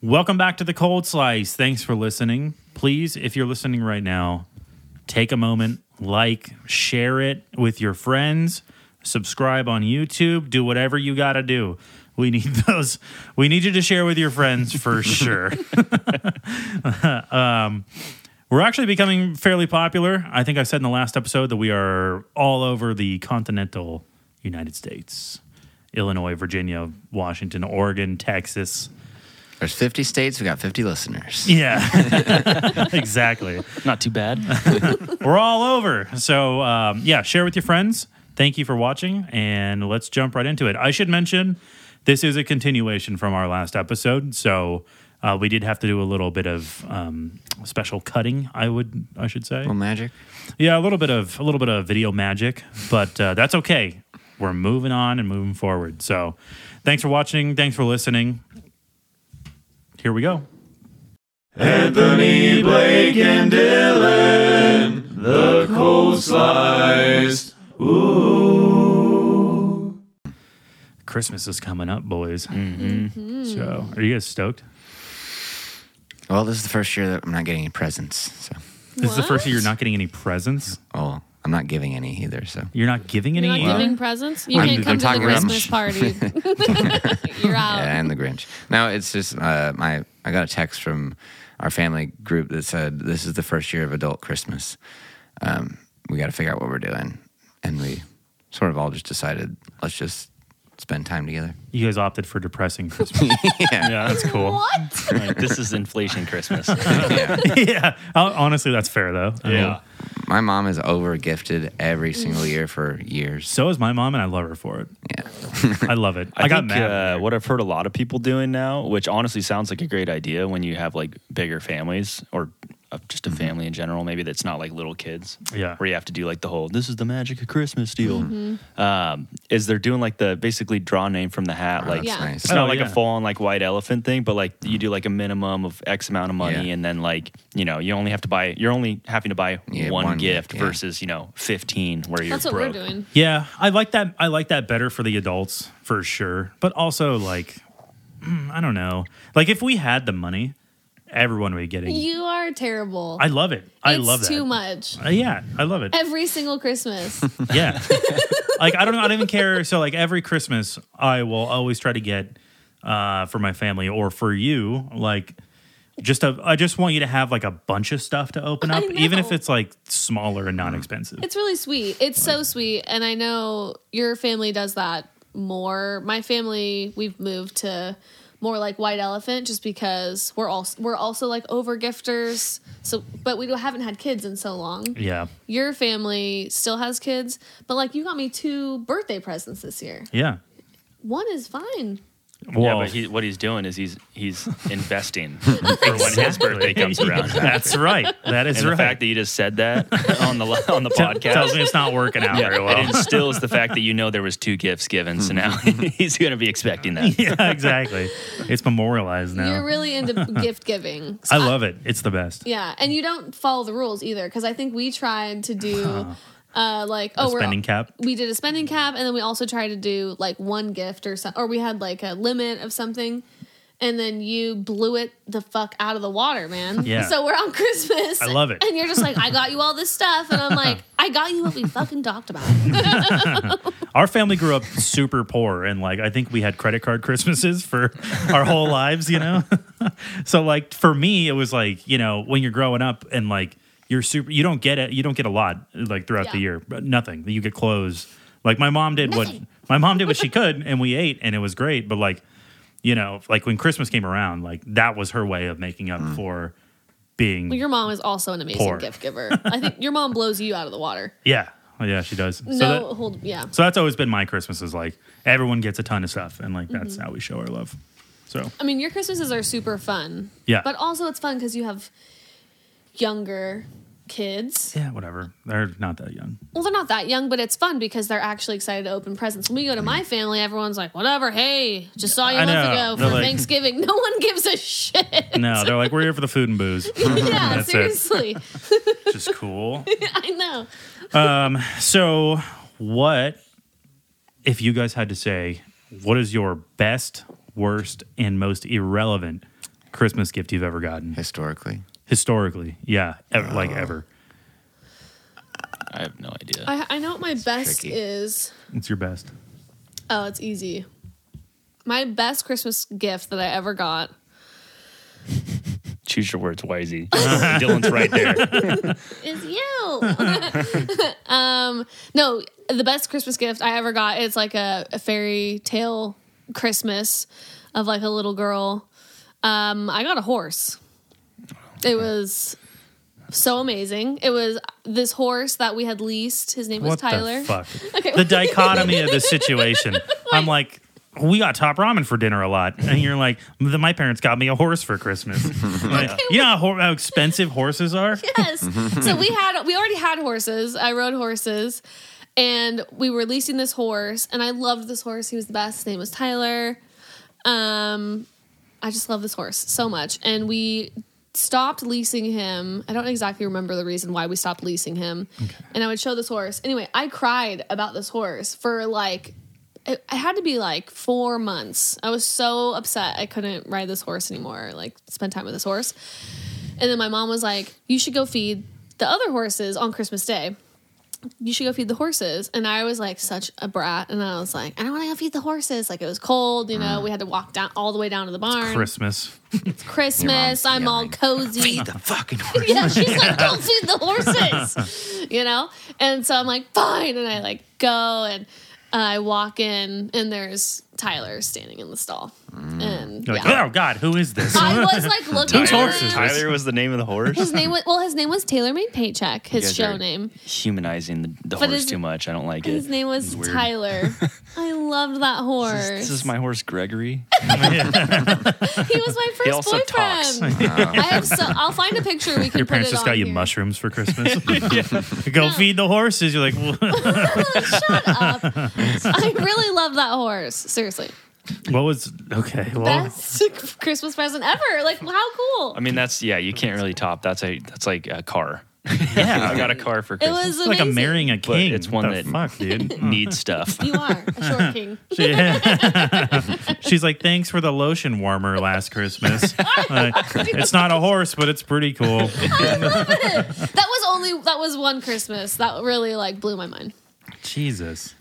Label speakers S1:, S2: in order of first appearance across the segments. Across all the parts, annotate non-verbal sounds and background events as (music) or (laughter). S1: Welcome back to the Cold Slice. Thanks for listening. Please, if you're listening right now, take a moment, like, share it with your friends, subscribe on YouTube, do whatever you got to do. We need (laughs) those. We need you to share with your friends for sure. (laughs) Um, We're actually becoming fairly popular. I think I said in the last episode that we are all over the continental United States Illinois, Virginia, Washington, Oregon, Texas.
S2: There's 50 states. We got 50
S1: E-
S2: listeners.
S1: Yeah, exactly.
S3: Not too bad.
S1: We're all over. So, um, yeah, share with your friends. Thank you for watching, and let's jump right into it. I should mention this is a continuation from our last episode. So, uh, we did have to do a little bit of um, special cutting, I would, I should say.
S2: Well, magic.
S1: Yeah, a little bit of a little bit of video magic, but uh, that's okay. We're moving on and moving forward. So, thanks for watching. Thanks for listening. Here we go. Anthony Blake and Dylan, the cold slice. Ooh. Christmas is coming up, boys. So, are you guys stoked?
S2: Well, this is the first year that I'm not getting any presents. So,
S1: This is the first year you're not getting any presents.
S2: oh, I'm not giving any either. So,
S1: You're not giving any.
S4: You're not
S1: either?
S4: giving presents. You
S2: uh, I'm-
S4: can't
S2: I'm
S4: come to
S2: talking
S4: the
S2: about- (laughs)
S4: Christmas party. You're out.
S2: yeah, and the Grinch. No, it's just uh, my. I got a text from our family group that said this is the first year of adult Christmas. Um, we got to figure out what we're doing, and we sort of all just decided let's just spend time together.
S1: You guys opted for depressing Christmas. (laughs) yeah. that's cool.
S4: What?
S3: (laughs) Like, this is inflation
S1: (laughs)
S3: Christmas.
S1: yeah. Hon- Honestly, that's fair though. I mean,
S2: My mom is over gifted every single year for years.
S1: so is my mom, and I love her for it. Yeah. I love
S3: (laughs)
S1: it. I, got
S3: think,
S1: mad.
S3: Uh, what I've heard a lot of people doing now, which honestly sounds like a great idea when you have like bigger families or uh, just a family in general, maybe that's not like little kids.
S1: Mm-hmm. Yeah.
S3: Where you have to do like the whole, this is the magic of Christmas deal.
S1: Mm-hmm.
S3: Um, is they're doing like the basically draw a name from the hat. like,
S4: Yeah.
S2: That's nice.
S3: it's not
S1: Oh,
S3: like
S1: yeah. Mm.
S3: a full on like white elephant thing, but like you do like a minimum of X amount of money,
S2: Yeah.
S3: and then like you know you only have to buy you're only having to buy
S2: Yeah,
S3: one,
S2: one
S3: gift
S2: gift, yeah.
S3: versus you know fifteen where you're
S4: That's what
S3: broke.
S4: we're doing.
S1: yeah, I like that. I like that better for the adults for sure. But also, like, mm, I don't know. Like, if we had the money, everyone would be getting.
S4: You are terrible.
S1: I love it. I
S4: it's
S1: love that.
S4: too much.
S1: Uh, yeah, I love it.
S4: Every
S2: (laughs)
S4: single Christmas.
S1: Yeah. (laughs) like I don't know, I don't even care. So like every Christmas, I will always try to get uh for my family or for you, like just a I just want you to have like a bunch of stuff to open
S4: I
S1: up, even if
S4: know.
S1: it's like smaller and non
S3: Mm-hmm.
S1: expensive.
S4: It's really sweet. It's so sweet. And I know your family does that more. My family, we've moved to more like white elephant just because we're also we're also like over gifters. So but we haven't had kids in so long.
S1: Yeah.
S4: Your family still has kids, but like you got me two birthday presents this year.
S1: Yeah.
S4: One is fine.
S1: Well,
S3: yeah, but he, what he's doing is he's he's investing for when his birthday comes
S1: (laughs)
S3: around.
S1: that's right. That is
S3: And
S1: right.
S3: the fact that you just
S1: (laughs)
S3: said that on the li- on the
S1: Tell-
S3: podcast
S1: tells me it's not working out very well. (laughs)
S3: it instills the fact that you know there was two gifts given, so now (laughs) he's going to be expecting that.
S1: Mm-hmm. yeah, exactly. It's memorialized now.
S4: You're really
S1: (laughs)
S4: into gift giving. So
S1: I love it. It's the best.
S4: Yeah, and you don't follow the rules either because I think we tried
S1: (laughs)
S4: to do uh, like oh
S1: a
S4: we're
S1: spending cap.
S4: we did a spending cap and then we also tried to do like one gift or something or we had like a limit of something and then you blew it the fuck out of the water
S1: (laughs)
S4: man
S1: Yeah.
S4: so we're on christmas
S1: I love it.
S4: and you're just like i got you all this stuff and
S1: (laughs)
S4: i'm like i got you what we fucking talked about
S1: Our family grew up super poor, and like I think we had credit card Christmases for our whole lives, you know. (laughs) so like for me, it was like you know when you're growing up and like you're super, you don't get it, you don't get a lot like throughout the
S4: Yeah.
S1: year, but nothing. You get clothes. Like my mom did
S4: Nothing.
S1: what my mom did what
S4: (laughs)
S1: she could, and we ate, and it was great. But like you know, like when Christmas came around, like that was her way of making up for being.
S4: your mom is also an amazing
S1: Poor.
S4: gift giver i think your mom blows you out of the water
S1: yeah, Oh, yeah, she does. So
S4: no
S1: that-
S4: hold yeah
S1: So that's always been my Christmas is like everyone gets a ton of stuff and like
S4: Mm-hmm.
S1: that's how we show our love. So
S4: I mean, your Christmases are super fun.
S1: Yeah.
S4: But also, it's fun because you have younger kids.
S1: yeah, whatever. They're not that
S4: (laughs)
S1: young.
S4: Well, they're not that young, but it's fun because they're actually excited to open presents. When we go to my family, everyone's like, whatever, hey, just saw you
S1: I
S4: a month
S1: know.
S4: ago
S1: They're
S4: for
S1: like-
S4: Thanksgiving. No one gives
S1: (laughs)
S4: a shit. (laughs)
S1: No, they're like we're here for the food and booze.
S4: yeah,
S1: That's it.
S4: seriously. (laughs)
S1: Which is cool.
S4: I know.
S1: So what if you guys had to say what is your best, worst, and most irrelevant Christmas gift you've ever gotten
S2: historically.
S1: historically? Yeah, ever, like ever.
S3: I have no idea.
S4: I, I know what my best
S2: tricky.
S4: is.
S1: It's your best.
S4: Oh, it's easy. My best Christmas gift that I ever got.
S3: Choose your
S1: (laughs)
S3: words wisely. Dylan's right there.
S4: is you. (laughs) um, no, the best Christmas gift I ever got is like a, a fairy tale Christmas of like a little girl. Um, I got a horse. It was so amazing. It was this horse that we had leased. His name was
S1: What
S4: Tyler.
S1: the fuck?
S4: (laughs)
S1: The dichotomy of the situation. I'm like, we got top ramen for dinner a lot, and you're like, "M- my parents got me a horse for
S4: (laughs)
S1: Christmas. Like, you know how, hor- how expensive horses are.
S4: yes. So we had we already had horses. I rode horses, and we were leasing this horse, and I loved this horse. He was the best. His name was Tyler. Um, I just love this horse so much, and we stopped leasing him. I don't exactly remember the reason why we stopped leasing him. And I would show this horse. Anyway, I cried about this horse for like. It it had to be like four months. I was so upset I couldn't ride this horse anymore, like spend time with this horse. And then my mom was like, You should go feed the other horses on Christmas Day. You should go feed the horses. And I was like such a brat. And I was like, I don't want to go feed the horses. Like it was cold, you know, we had to walk down all the way down to the barn.
S1: Christmas.
S4: Christmas.
S2: Your mom's
S4: I'm all
S2: yelling,
S4: cozy.
S2: Feed the fucking horse.
S4: (laughs) yeah, she's
S2: (laughs)
S4: like, don't feed the horses, you know? And so I'm like, fine. And I like go and I walk in, and there's Tyler standing in the stall.
S2: Mm.
S4: And
S1: You're like,
S4: yeah.
S1: oh God, who is
S4: (laughs)
S1: this?
S4: I
S1: (laughs)
S4: was like looking
S1: Whose
S4: around.
S1: horses?
S3: Tyler was the name of the horse.
S4: His name was well. His name was Taylor Made Paycheck. His
S2: guys
S4: show
S2: are-
S4: name.
S3: Humanizing the, the
S4: But
S3: horse
S4: is-
S3: too much. I don't like
S4: His
S3: it.
S4: name was
S3: It's
S2: (laughs)
S3: weird.
S4: Tyler. I loved that horse.
S3: This, this is my horse,
S4: (laughs)
S3: Gregory. (laughs)
S4: he was
S2: (laughs)
S4: my first
S3: also
S4: boyfriend.
S3: talks.
S4: I have so. I'll find a picture. We can.
S1: Your parents
S4: put it
S1: just
S4: on
S1: got you
S4: here.
S1: mushrooms for Christmas.
S4: (laughs)
S1: Go feed the horses. You're like, "Wha-
S4: I really love that horse. Seriously,
S1: what was okay? Well,
S4: best Christmas present ever. Like how cool.
S3: I mean, that's yeah. You can't really top. That's a that's like a (laughs) car.
S1: yeah,
S3: I got a car for
S4: it
S3: Christmas.
S4: was
S1: like I'm
S4: amazing.
S1: marrying a king.
S3: it's one
S1: The
S3: that-
S1: fuck,
S4: (laughs)
S1: dude. (laughs)
S3: Needs stuff.
S4: You are
S3: (laughs)
S4: a short king.
S1: Yeah. She's like, thanks for the lotion warmer last
S4: (laughs)
S1: Christmas. Like, it's not a horse, but it's pretty cool.
S4: That was only. That was one Christmas. That really like blew my mind.
S1: Jesus,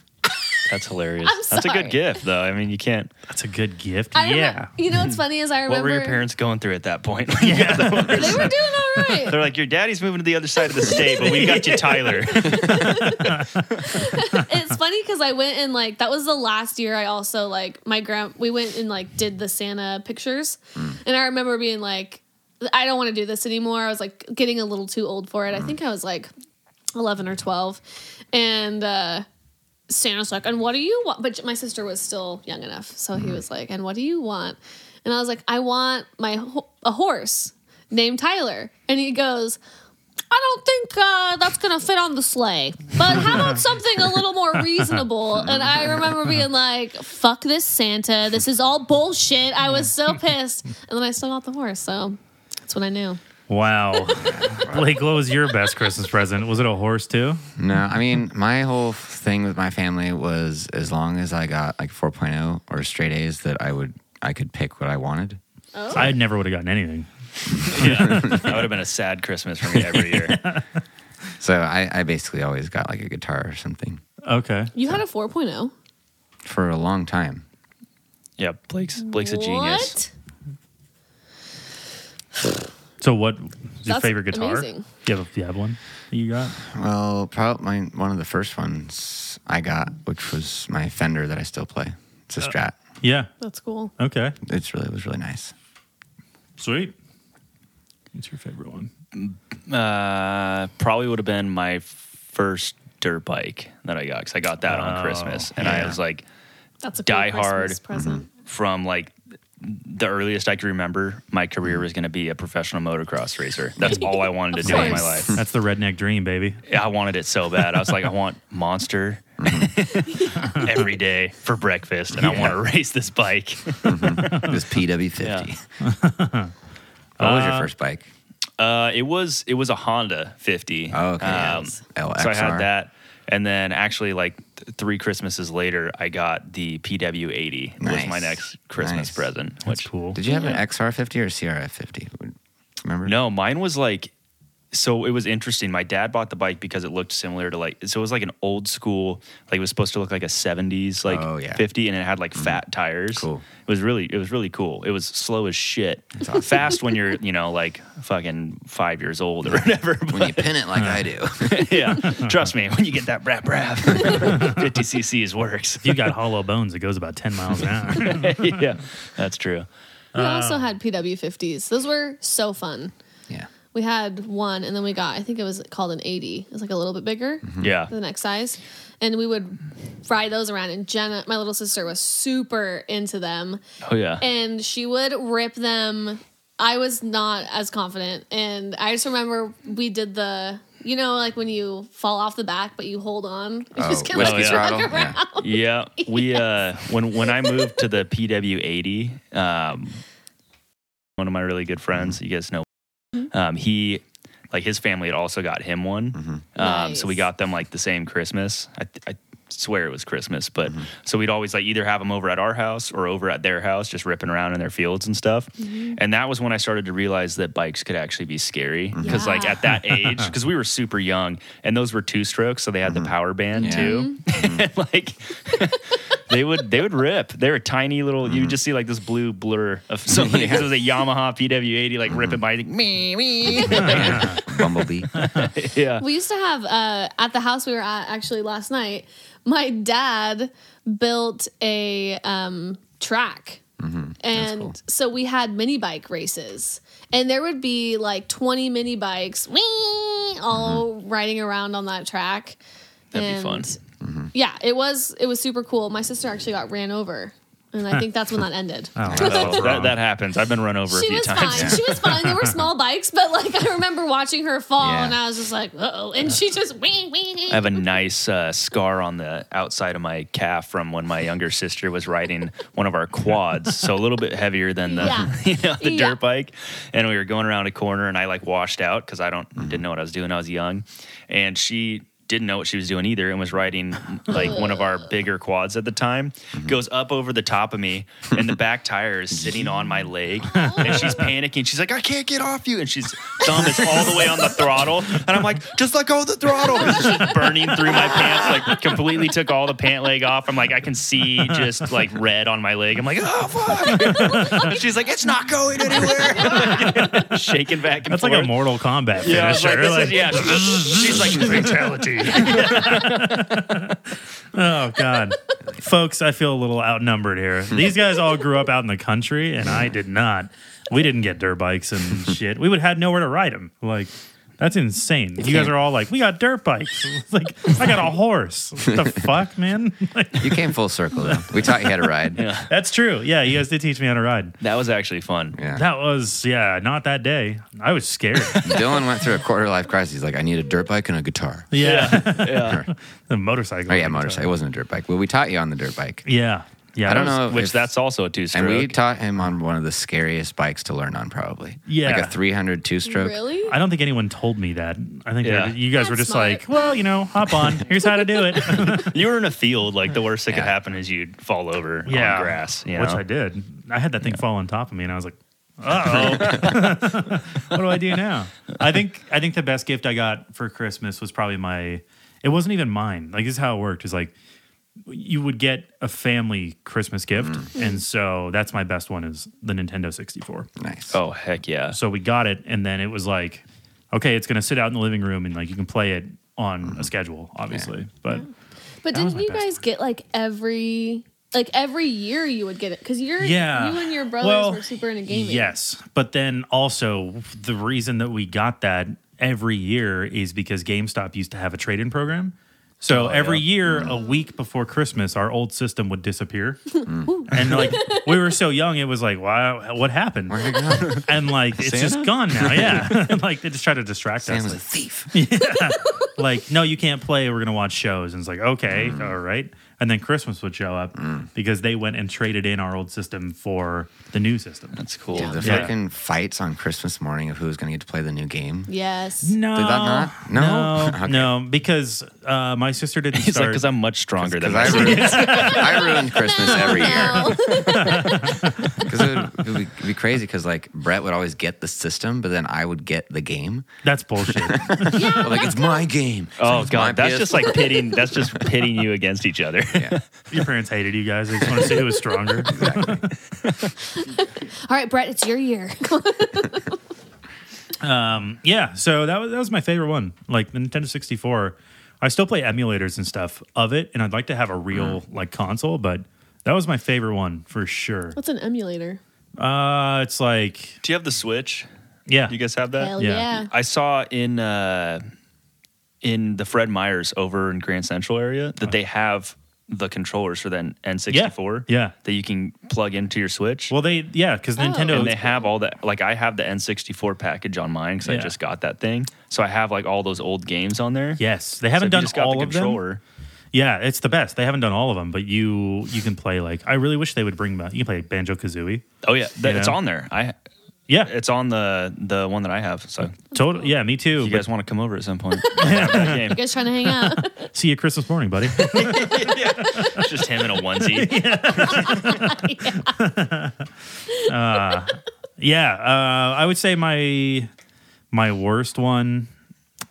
S3: That's hilarious.
S4: I'm
S3: That's a
S4: sorry.
S3: good gift, though. I mean, you can't.
S1: that's a good gift.
S4: I
S1: yeah.
S4: remember- you know what's funny is I remember
S3: What were your parents going through at that point? (laughs) Yeah.
S4: They were doing all right.
S3: (laughs) They're like, your daddy's moving to the other side of the state, but we got (laughs) you, Tyler.
S4: it's funny because I went and like that was the last year I also like my grand we went and like did the Santa pictures, and I remember being like, I don't want to do this anymore. I was like getting a little too old for it. I think I was like eleven or twelve, and uh, Santa's like, "And what do you want?" But my sister was still young enough, so he was like, "And what do you want?" And I was like, "I want my ho- a horse named Tyler," and he goes. I don't think uh, that's gonna fit on the sleigh. But
S3: (laughs)
S4: how about something a little more reasonable? And I remember being like, "Fuck this Santa! This is all bullshit." I was
S3: (laughs)
S4: so pissed, and then I still got the horse. So that's when I knew.
S1: Wow. Blake, what was your best Christmas present? Was it a horse too?
S2: No, I mean, my whole thing with my family was as long as I got like 4.0 or straight A's that I would, I could pick what I wanted.
S1: I never would have gotten anything.
S3: yeah. That would have been a sad Christmas for me every (laughs) year.
S2: So I, I basically always got like a guitar or something
S1: Okay.
S4: You had a oh. 4.0.
S2: for a long time.
S3: Yeah, Blake's Blake's a genius.
S4: What?
S1: So, what was your
S4: That's
S1: favorite guitar?
S4: amazing.
S1: Do you have, a, do you have one that you got?
S2: Well, probably one of the first ones I got, which was my Fender that I still play. It's a Strat.
S1: Yeah.
S4: That's cool.
S1: Okay.
S2: It's really it was really nice.
S1: Sweet. What's your favorite one?
S3: Uh, probably would have been my first dirt bike that I got because I got that
S1: Oh,
S3: on Christmas, and I
S2: yeah.
S3: was like
S4: That's a cool
S3: Die
S4: Christmas
S3: Hard. Mm-hmm.
S4: present.
S3: from like the earliest I could remember, my career was going to be a professional motocross racer. That's all I wanted to
S4: Of
S3: do in my
S4: course.
S3: life.
S1: That's the redneck dream, baby.
S3: Yeah, I wanted it so bad. I was like, I want Monster
S2: Mm-hmm.
S3: (laughs) every day for breakfast, and I want to race this bike.
S2: It was PW50. (laughs) what was your first bike?
S3: Uh, it was it was a Honda 50.
S2: Oh, okay.
S3: Um,
S2: LXR.
S3: so I had that. And then actually, like th- three Christmases later, I got the PW80. Was my
S2: Nice.
S3: next Christmas
S2: Nice.
S3: present.
S1: That's
S3: which,
S1: cool.
S2: Did you have an XR50 or a CRF50? Remember?
S3: No, mine was like so it was interesting. My dad bought the bike because it looked similar to like so it was like an old school like it was supposed to look like a 70s like
S2: Oh, yeah.
S3: 50 and it had like fat tires.
S2: Cool.
S3: It was really it was really cool. It was slow as shit. Fast when you're, you know, like fucking 5 years old
S2: (laughs)
S3: or whatever.
S2: When you pin it like I do.
S3: But yeah. Trust me, when you get that brap (laughs) brap 50 cc's works.
S1: If you got hollow bones, it goes about 10 miles an hour.
S3: (laughs) yeah. That's true.
S4: We
S3: Ah.
S4: also had PW50s. Those were so fun.
S2: yeah.
S4: We had one, and then we got I think it was called an 80. It was like a little bit bigger.
S3: Yeah.
S4: the next size. And we would ride those around. And Jenna, my little sister, was super into them.
S3: Oh yeah.
S4: And she would rip them. I was not as confident. And I just remember we did the, you know, like when you fall off the back, but you hold on. (laughs) You just
S2: Oh,
S4: can
S2: whiskey
S4: like
S3: yeah.
S2: throttle.
S4: look around.
S2: Yeah.
S3: yeah we uh when when i moved to the pw80 um one of my really good friends you guys know um he like his family had also got him one um so we
S4: Nice.
S3: got them like the same christmas i i swear it was christmas but so we'd always like either have them over at our house or over at their house just ripping around in their fields and stuff and that was when i started to realize that bikes could actually be scary because like
S4: Yeah.
S3: at that age because we were super young and those were two strokes so they had the power band
S2: Yeah.
S3: too (laughs) And, like they would they would rip. They were tiny little. You would just see like this blue blur of (laughs) somebody.
S2: Yeah.
S3: It was a Yamaha PW80 like ripping by. Like, me me.
S2: Bumblebee.
S3: yeah.
S4: We used to have uh, at the house we were at actually last night. My dad built a um, track, and
S2: Mm-hmm. cool.
S4: so we had mini bike races, and there would be like twenty mini bikes, wing, all
S2: Mm-hmm.
S4: riding around on that track.
S3: That'd be fun.
S4: Yeah, it was. It was super cool. My sister actually got ran over, and I think that's when that
S2: (laughs)
S4: ended.
S1: Oh,
S3: Oh, that, that happens. I've been run over a
S4: She
S3: few
S4: was
S3: times.
S4: fine. She was
S2: (laughs)
S4: fine. They were small bikes, but like I remember watching her fall,
S2: Yeah.
S4: and I was just like, "Uh oh!" And she just wing, wing, wing.
S3: I have a nice uh, scar on the outside of my calf from when my younger sister was riding one of our quads, so a little bit heavier than the (laughs)
S4: Yeah.
S3: you know the
S4: Yeah.
S3: dirt bike. And we were going around a corner, and I like washed out because I don't didn't know what I was doing. I was young, and she didn't know what she was doing either, and was riding like one of our bigger quads at the time. Goes up over the top of me, and the back tire is sitting on my leg, and she's panicking. She's like, "I can't get off you," and she's thumb is all the way on the throttle, and I'm like, "Just let go of the throttle." It's just burning through my pants, like completely took all the pant leg off. I'm like, I can see just like red on my leg. I'm like, "Oh fuck!" And she's like, "It's not going anywhere." Shaking back and
S1: That's like a
S3: forth.
S1: Mortal Kombat finisher.
S3: Yeah, I was like, this is-
S1: Like, (laughs)
S3: yeah. She's (laughs) like,
S1: fatality. oh God, folks, I feel a little outnumbered
S2: (laughs)
S1: here. These guys all grew up out in the country, and I did not. We didn't get dirt bikes
S2: (laughs)
S1: and shit. We would had nowhere to ride them. Like. That's insane. You guys are all like, we got dirt bikes. (laughs) It's like, I got
S2: (laughs)
S1: a horse. What the fuck, man? (laughs) Like,
S2: You came full circle, though. We taught you how to ride. Yeah.
S1: that's true. Yeah, you guys did teach me how to ride.
S3: that was actually fun.
S1: That was, yeah, not that day. I was
S2: (laughs)
S1: scared. (laughs)
S2: Dylan went through a quarter life crisis. He's like, I need a dirt bike and a guitar.
S1: Yeah.
S3: yeah.
S1: (laughs) the motorcycle.
S2: Oh, yeah, motorcycle. It wasn't a dirt bike. Well, we taught you on the dirt bike.
S1: Yeah. Yeah.
S2: I don't
S1: that was-
S2: know.
S3: Which
S2: if-
S3: that's also a two stroke.
S2: And we taught him on one of the scariest bikes to learn on, probably.
S1: Yeah.
S2: Like a 300 two stroke.
S4: Really?
S1: I don't think anyone told me that. I think
S3: Yeah.
S1: they're- you guys
S4: That's
S1: were just
S4: smart.
S1: like, well, you know, hop on. Here's how to do
S2: (laughs)
S1: it.
S3: you were in a field. Like the worst that could
S2: Yeah.
S3: happen is you'd fall over
S1: yeah.
S3: on grass. You know?
S1: Which I did. I had that thing fall on top of me and I was like, uh
S3: (laughs)
S1: oh. (laughs) what do I do now? I think I think the best gift I got for Christmas was probably my it wasn't even mine. Like this is how it worked. Is like you would get a family Christmas gift.
S3: Mm-hmm.
S1: And so that's my best one is the Nintendo 64.
S2: Nice.
S3: Oh heck yeah!
S1: So we got it, and then it was like, okay, it's gonna sit out in the living room, and like you can play it on
S3: Mm-hmm.
S1: a schedule, obviously. But
S4: But
S1: That was
S4: didn't
S1: my
S4: you
S1: best
S4: guys get like every like every year you would get it because you're
S1: Yeah.
S4: you and your brothers
S1: Well,
S4: were super into gaming.
S1: yes, but then also the reason that we got that every year is because GameStop used to have a trade-in program. So
S2: Oh,
S1: every year, a
S2: Mm.
S1: week before Christmas, our old system would
S4: (laughs)
S1: disappear, and like we were so young, it was like, wow, what happened?
S2: Where'd it go?
S1: And like it's just
S2: Santa?
S1: gone now,
S2: (laughs)
S1: yeah. (laughs) like they just try to distract
S2: Sam
S1: us.
S2: was a
S1: like,
S2: thief.
S3: (laughs) Mm.
S1: like, no, you can't play. We're gonna watch shows, and it's like, okay, all right. and then Christmas would show up because they went and traded in our old system for the new system.
S3: That's cool.
S2: Dude, the
S1: Yeah.
S2: fucking fights on Christmas morning of who's going to get to play the new game.
S4: Yes.
S1: No,
S2: Did that not? No?
S3: (laughs)
S1: no, no, because uh, my sister didn't
S3: (laughs) He's like,
S1: start.
S3: because I'm much stronger
S2: Because
S3: than
S2: I,
S1: (laughs)
S3: this.
S2: ruined- I ruined Christmas every year.
S4: No.
S2: Because it would- it would be- it'd be crazy because like Brett would always get the system, but then I would get the game.
S1: That's
S3: (laughs)
S1: bullshit.
S2: I'm like, it's my game.
S3: Oh
S2: It's my
S3: god, that's
S2: PS4."
S3: just
S1: (laughs)
S3: like pitting. That's just pitting you against each other.
S2: Yeah.
S1: Your parents hated you guys. They just want to see who was
S3: (laughs)
S1: stronger.
S4: All right, Brett, it's your year.
S1: yeah, so that was that was my favorite one. Like the Nintendo 64. I still play emulators and stuff of it, and I'd like to have a real
S3: Mm.
S1: like console, but that was my favorite one for sure.
S4: (laughs) What's an emulator?
S1: Uh, it's like
S3: Do you have the Switch?
S1: yeah,
S3: You guys have that?
S4: Hell
S1: yeah.
S4: yeah.
S3: I saw in uh, in the Fred Meyers over in Grand Central area that they have the controllers for the N64.
S1: Yeah, yeah.
S3: That you can plug into your Switch.
S1: Well, they yeah, because
S4: Oh.
S1: Nintendo.
S3: and they have all that. Like I have the N64 package on mine because
S1: Yeah.
S3: I just got that thing. So I have like all those old games on there.
S1: yes, they
S3: So
S1: haven't
S3: if you
S1: done
S3: just got
S1: all
S3: the
S1: of them.
S3: controller,
S1: Yeah, it's the best. They haven't done all of them, but you you can play like I really wish they would bring back. You can play Banjo Kazooie.
S3: Oh yeah, that,
S1: You
S3: it's
S1: know?
S3: on there. I
S1: Yeah,
S3: it's on the the one that I have. So
S1: total. Yeah, me too.
S3: you
S1: but
S3: guys want to come over at
S1: (laughs)
S3: some point? I have that game.
S4: You guys trying to hang out? (laughs)
S1: see you Christmas morning,
S3: (laughs)
S1: buddy.
S3: It's just him in
S1: (laughs)
S3: a onesie.
S1: Yeah, uh, I would say my my worst one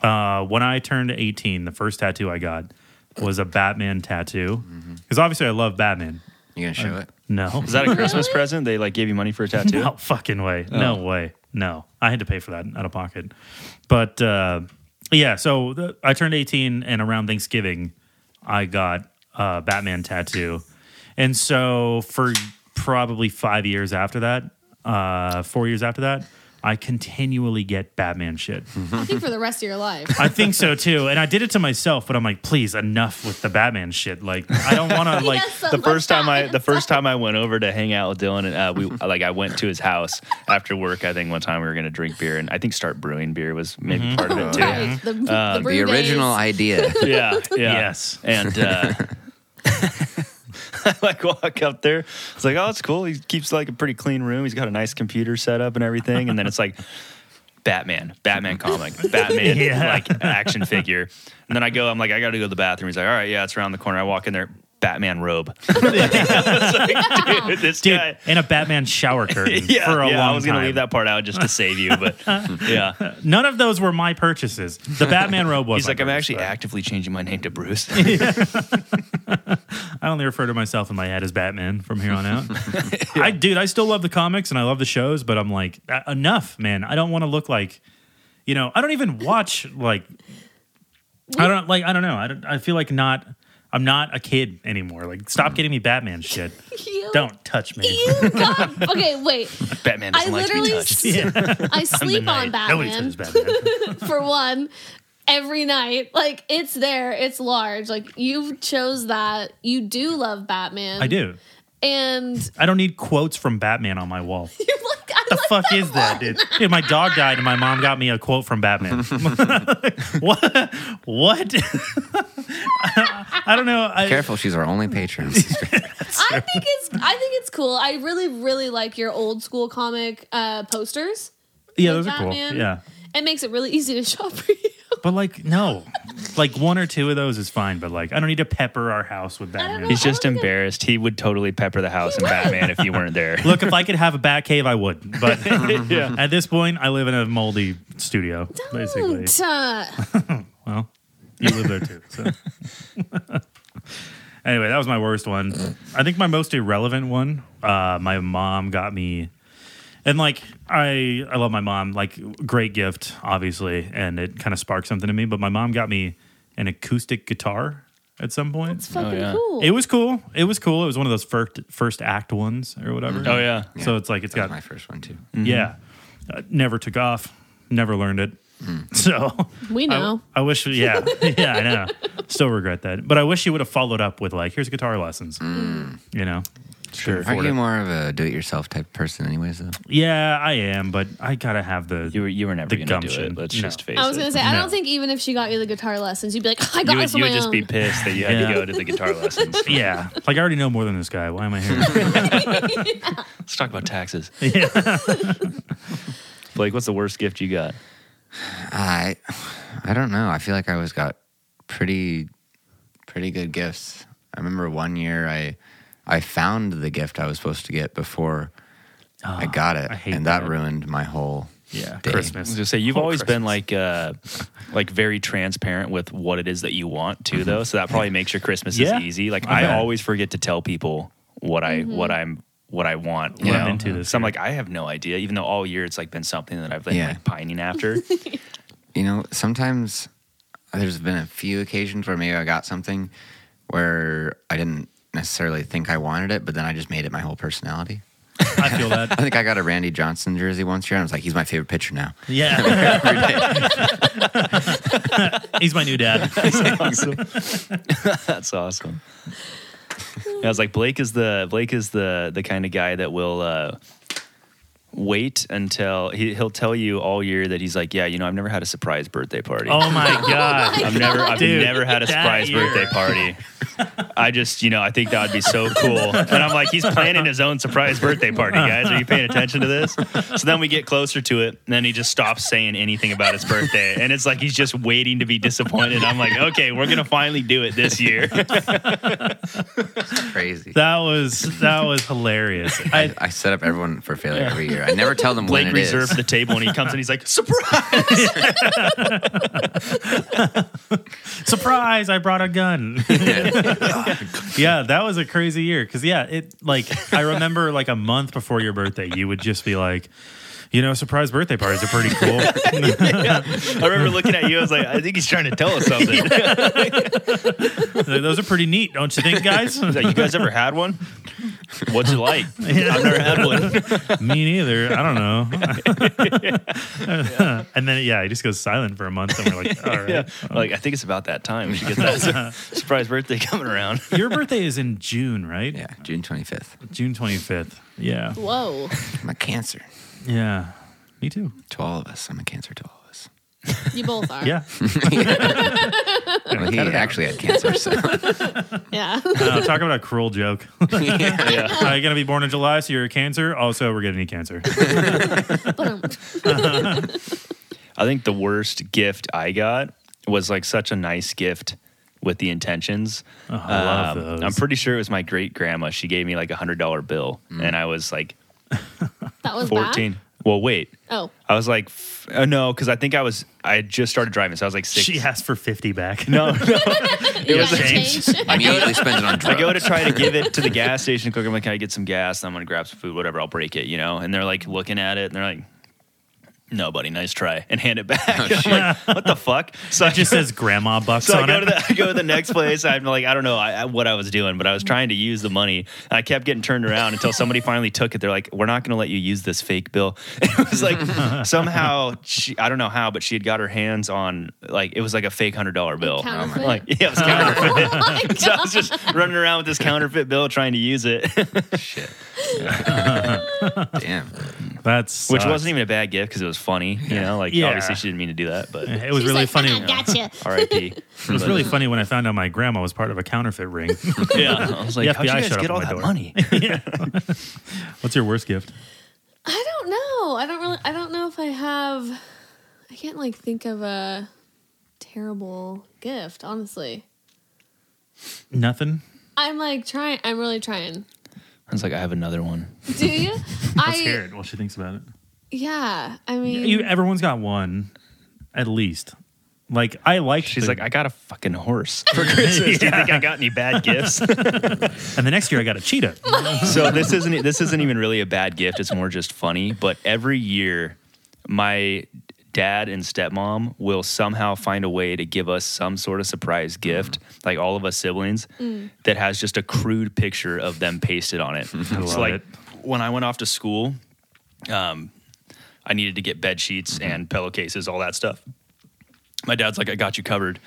S1: uh, when I turned eighteen. The first tattoo I got was a Batman tattoo because obviously I love Batman.
S2: You gonna show it?
S1: No,
S3: Mm-hmm. Is that a Christmas present? They like gave you money for a tattoo.
S1: no fucking way. No way. No, I had to pay for that out of pocket. But uh, yeah, so the, I turned eighteen, and around Thanksgiving, I got a Batman tattoo, and so for probably five years after that, uh, four years after that. I continually get Batman shit.
S4: I think for the rest of your life. (laughs)
S1: I think so too. And I did it to myself, but I'm like, please, enough with the Batman shit. Like, I don't want to like.
S4: Yes, so (laughs)
S3: The
S4: much
S3: first time I
S4: time.
S3: the
S4: (laughs)
S3: first time I went over to hang out with Dylan and uh, we like I went to his house after work. I think one time we were gonna drink beer and I think start brewing beer was maybe part of it too.
S2: Yeah.
S4: Right. The, the,
S2: The
S4: brew
S2: original
S4: days.
S2: (laughs) idea.
S3: (laughs) yeah, yeah.
S1: Yes.
S3: And uh, (laughs) I like walk up there. It's like, oh, it's cool. He keeps like a pretty clean room. He's got a nice computer set up and everything. And then it's like Batman,
S1: (laughs)
S3: Batman comic, Batman
S1: Yeah.
S3: like action figure. And then I go, I'm like, I gotta go to the bathroom. He's like, all right, yeah, it's around the corner. I walk in there, Batman robe. (laughs) It's like, dude, this
S1: Dude,
S3: guy.
S1: and a Batman shower curtain
S3: (laughs) Yeah,
S1: for a
S3: yeah,
S1: long
S3: I was gonna
S1: time.
S3: leave that part out just to save
S1: (laughs)
S3: you, but yeah.
S1: None of those were my purchases. The Batman
S3: (laughs)
S1: robe was.
S3: He's
S1: my
S3: like, I'm
S1: purchase,
S3: actually
S1: but
S3: actively changing my name to Bruce. (laughs)
S1: I only refer to myself in my head as Batman from here on out.
S3: (laughs)
S1: I, dude, I still love the comics and I love the shows, but I'm like, "Uh, enough, man. I don't want to look like, you know, I don't even watch like. I don't like. I don't know. I don't, I feel like not. I'm not a kid anymore. Like, stop getting me Batman shit.
S4: (laughs) You-
S1: Don't touch me.
S4: (laughs) You God. Okay, wait.
S3: Batman
S4: I
S3: doesn't like to be
S4: literally,
S3: touched.
S4: s- I sleep
S1: Nobody
S4: on Batman
S1: touches Batman.
S4: for one every night. Like it's there, it's large. Like you chose that. You do love Batman.
S1: I do. (laughs)
S4: and
S1: I don't need quotes from Batman on my wall. What
S4: you're like, I
S1: the fuck is that, dude? Dude, my dog died and my mom got me a quote from Batman. (laughs) what? What? (laughs) I don't know. I,
S2: Careful, she's our only patron.
S4: I think it's I think it's cool. I really really like your old school comic uh, posters.
S1: yeah,
S4: Like
S1: those are cool.
S4: Batman.
S1: Yeah.
S4: It makes it really easy to (laughs) shop for you.
S1: But like, no. Like one or two of those is fine, but like I don't need to pepper our house with
S4: know.
S1: Batman.
S3: He's just embarrassed. He would totally pepper the house in Batman if you weren't there.
S1: (laughs) Look, if I could have a bat cave, I would. But
S3: yeah.
S1: at this point, I live in a moldy studio, basically.
S4: Don't,
S1: (laughs)
S4: uh,
S1: Well, you live there too. So. (laughs) anyway, that was my worst one. I think my most irrelevant one. Uh, my mom got me, and like I, I love my mom. Like great gift, obviously, and it kind of sparked something in me. But my mom got me an acoustic guitar at some point.
S4: it's fucking
S3: yeah.
S4: cool.
S1: Oh, It was cool. It was cool. It was one of those first first act ones or whatever.
S3: Oh yeah.
S1: So it's like it's
S2: That's
S1: got
S2: my first one too.
S3: Mm-hmm.
S1: yeah. Uh, never took off. Never learned it.
S3: Mm.
S1: (laughs) So
S4: we
S1: I-
S4: know.
S1: I, wish, yeah, (laughs) yeah, I know. Still regret that, but I wish you would have followed up with like, here's guitar lessons. You know, Sure.
S2: Aren't you more of a do-it-yourself type person, anyways? Though
S1: Yeah, I am, but I gotta have the.
S3: You were you were never
S1: The
S3: gonna do
S1: gumption.
S3: it. Let's
S1: No.
S3: just face it.
S4: I was gonna say, I
S1: No.
S4: don't think even if she got you the guitar lessons, you'd be like, (laughs) I got
S3: you
S4: this
S3: would,
S4: on
S3: you would
S4: my
S3: just
S4: own.
S3: be pissed that you had
S1: Yeah.
S3: to go to the
S4: (laughs)
S3: guitar lessons.
S1: (laughs) yeah, like I already know more than this guy. Why am I here?
S3: Let's talk about taxes.
S1: yeah.
S3: (laughs) Blake, what's the worst gift you got?
S2: I, I don't know. I feel like I always got pretty, pretty good gifts. I remember one year I, I found the gift I was supposed to get before I got it,
S1: I hate
S2: and that,
S1: that.
S2: ruined my whole
S1: (laughs) Yeah,
S2: day.
S3: I was
S1: (laughs) Christmas.
S3: gonna say you've
S1: Whole
S3: always been
S1: Christmas.
S3: like uh like very transparent with what it is that you want too though. So that probably makes your Christmas
S1: Yeah.
S3: easy. Like
S1: I
S3: I,
S1: bet.
S3: always forget to tell people what I what I'm what I want. You
S1: What I'm
S3: know?
S1: into this
S3: so I'm
S1: year.
S3: like, I have no idea, even though all year it's like been something that I've been
S2: Yeah.
S3: like pining
S1: (laughs)
S3: after. (laughs)
S2: You know, sometimes there's been a few occasions where maybe I got something where I didn't necessarily think I wanted it, but then I just made it my whole personality.
S1: I feel
S2: I
S1: (laughs) that.
S2: think I got a Randy Johnson jersey once year, and I was like, he's my favorite pitcher now.
S1: (laughs) Yeah, he's my new dad.
S3: That's awesome. I was like, Blake is the Blake is the the kind of guy that will uh, wait until he, he'll tell you all year that he's like, yeah, you know, I've never had a surprise birthday party.
S1: (laughs) Oh (laughs) my god!
S3: I've never I've
S1: Dude,
S3: never had a
S1: that
S3: surprise
S1: year.
S3: birthday party. I just, you know, I think that would be so cool. And I'm like, he's planning his own surprise birthday party, guys. Are you paying attention to this? So then we get closer to it, and then he just stops saying anything about his birthday. And it's like he's just waiting to be disappointed. I'm like, okay, we're gonna finally do it
S2: (laughs)
S3: this year.
S2: (laughs) Crazy.
S1: That was that was (laughs) hilarious. I,
S2: I set up everyone for failure every year. I never tell them
S3: Blake
S2: when it is.
S3: reserved the table and he comes and he's like, surprise!
S1: surprise! I brought a gun. (laughs) yeah, that was a crazy year. Because yeah, it like I remember like a month before your birthday, you would just be like, you know, surprise birthday parties are pretty cool.
S3: I remember looking at you, I was like, I think he's trying to tell us
S1: (laughs)
S3: something.
S1: Those are pretty neat, don't you think, guys?
S3: He's like, you guys ever had one? What's it like? I've never had one.
S1: (laughs) Me neither. I don't know. and then yeah, he just goes silent for a month, and we're like, all right.
S3: Yeah. Like, I think it's about that time. We should get that (laughs) sur- surprise birthday coming around.
S1: Your birthday is in June, right?
S2: Yeah, June 25th.
S1: June twenty fifth. Yeah.
S3: (laughs)
S4: Whoa.
S2: I'm a cancer.
S1: Yeah. Me too.
S2: To all of us. I'm a cancer to all of us.
S4: You both are.
S1: Yeah.
S2: Well, he actually had cancer, so. (laughs)
S4: Yeah. (laughs)
S1: Uh, talk about a cruel joke.
S3: (laughs) Yeah.
S1: Are you gonna be born in July, so you're a cancer. Also, we're getting a
S3: (laughs)
S1: cancer.
S3: (laughs) I think the worst gift I got was like such a nice gift with the intentions. Um,
S1: Oh, I love those.
S3: I'm pretty sure it was my great grandma. She gave me like a hundred dollar bill, and I was like
S4: That was bad.
S3: 14. Well, wait.
S4: Oh.
S3: I was like, f- uh, no, because I think I was, I had just started driving, so I was like six.
S1: She asked for fifty back.
S3: no, (laughs) no.
S4: You
S1: was
S4: got
S1: a
S2: (laughs)
S4: change.
S2: Immediately spends it on
S3: I
S2: drugs.
S3: go to try to give it
S1: (laughs)
S3: to the gas station clerk. I'm like, can I get some gas? I'm gonna grab some food, whatever. I'll break it, you know. And they're like looking at it, and they're like, no, buddy, nice try, (laughs) and hand it back. I'm like, what the fuck? So I
S1: It Oh, just
S3: just.
S1: says grandma bucks
S3: So I
S1: on
S3: go
S1: it.
S3: to the I go to the next place. I'm like I don't know I, I- what I was doing, but I was trying to use the money. I kept getting turned around until somebody finally took it. They're like, "We're not going to let you use this fake bill." (laughs) It was like
S1: (laughs)
S3: somehow she, I don't know how, but she had got her hands on like it was like a fake hundred dollar bill.
S4: counterfeit.
S3: Like (laughs) yeah, it was counterfeit.
S4: Oh my God.
S3: So I was just running around with this counterfeit bill trying to use it, (laughs)
S2: Shit. Damn.
S1: That's
S3: which wasn't even a bad gift because it was funny. You know, like
S1: Yeah.
S3: obviously she didn't mean to do that, but
S1: It was really funny.
S4: I "Ah, gotcha.
S3: R.I.P.
S1: (laughs) It was
S3: (laughs)
S1: really funny when I found out my grandma was part of a counterfeit ring. (laughs)
S3: Yeah, I was like,
S1: The
S3: how'd you
S1: FBI
S3: guys
S1: showed up
S3: get
S1: at
S3: all
S1: my
S3: that
S1: door. (laughs)
S3: money?
S1: What's your worst gift?
S4: I don't know. I don't really. I don't know if I have. I can't like think of a terrible gift. Honestly,
S1: Nothing.
S4: I'm like trying. I'm really trying.
S3: I was like, I have another one.
S4: Do
S3: (laughs)
S4: you?
S1: Let's hear
S4: I
S1: it while she thinks about it.
S4: yeah. I mean,
S1: You, everyone's got one, at least. Like I like.
S3: She's like, I got a fucking horse (laughs) for Christmas. Do you think I got any bad (laughs) gifts?
S1: and the next year I got a cheetah.
S3: (laughs) so this isn't this isn't even really a bad gift. It's more just funny. But every year, my dad and stepmom will somehow find a way to give us some sort of surprise gift, like all of us siblings, that has just a crude picture of them pasted on it.
S1: (laughs) I love
S3: so like
S1: it.
S3: when I went off to school, um, I
S1: Mm-hmm.
S3: needed to get bed sheets and pillowcases, all that stuff. My dad's like, I got you covered.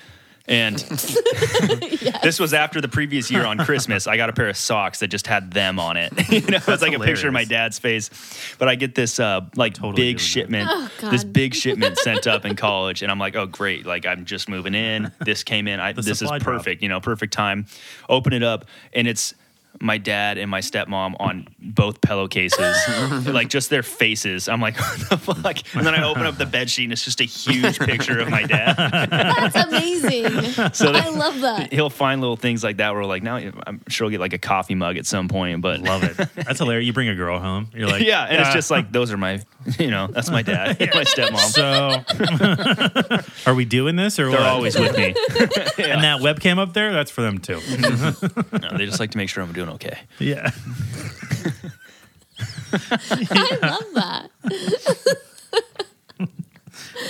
S1: (laughs)
S3: And this was after the previous year on Christmas. I got a pair of socks that just had them on it. (laughs) you know, it's like a picture of my
S1: hilarious.
S3: dad's face. But I get this uh, like
S1: doing
S3: big
S1: that.
S3: shipment,
S4: Oh, God.
S3: this big shipment sent up in college, and I'm like, oh great, like I'm just moving in. This came in. I,
S1: The
S3: this is
S1: supply
S3: perfect.
S1: drop.
S3: You know, perfect time. Open it up, and it's. My dad and my stepmom on both pillowcases,
S1: (laughs)
S3: like just their faces. I'm like, (laughs) what the fuck? And then I open up the bed sheet and it's just a huge picture of my dad.
S1: (laughs)
S4: That's
S3: (laughs)
S4: amazing. I love that.
S3: he'll find little things like that where like now I'm sure he'll get like a coffee mug at some point, but
S1: Love it. That's hilarious. You bring a girl home. You're like, "Ah,
S3: yeah, and it's just like those are my, you know, that's my
S1: (laughs)
S3: dad, my stepmom.
S1: so. are we doing this or
S3: They're
S1: what?
S3: always
S1: (laughs)
S3: with me.
S1: and that webcam up there. That's for them too.
S3: No, they just like to make sure I'm doing okay.
S1: yeah.
S4: I love that. (laughs)
S1: Do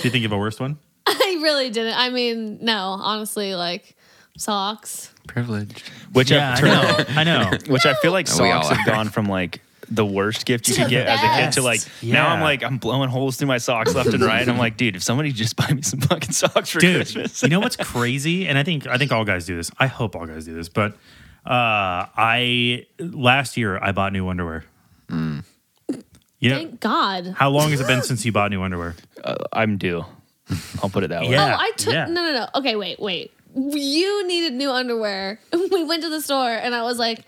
S1: you think of a worse one?
S4: I really didn't. I mean, no, honestly, like socks.
S2: Privileged.
S3: Which
S1: Yeah,
S3: I've
S1: I
S3: turned-
S1: know. (laughs) I know.
S3: which I feel like
S2: We all
S3: socks have
S2: are.
S3: gone from like the worst gift you
S4: To
S1: (laughs)
S3: could
S4: the
S3: get as a kid to
S4: best.
S3: like now I'm
S1: Yeah.
S3: like I'm blowing holes through my socks left and right. I'm like, dude, if somebody just buy me some fucking socks for
S1: Dude,
S3: Christmas, (laughs)
S1: you know what's crazy? And I think I think all guys do this. I hope all guys do this, but uh I last year I bought new underwear.
S3: Mm.
S1: You know,
S4: Thank God.
S1: how long has it
S4: (laughs)
S1: been since you bought new underwear?
S3: Uh, I'm due. I'll put it that way.
S1: Yeah.
S4: oh, I took
S1: yeah.
S4: no, no, no. Okay, wait, wait. You needed new underwear. (laughs) We went to the store, and I was like,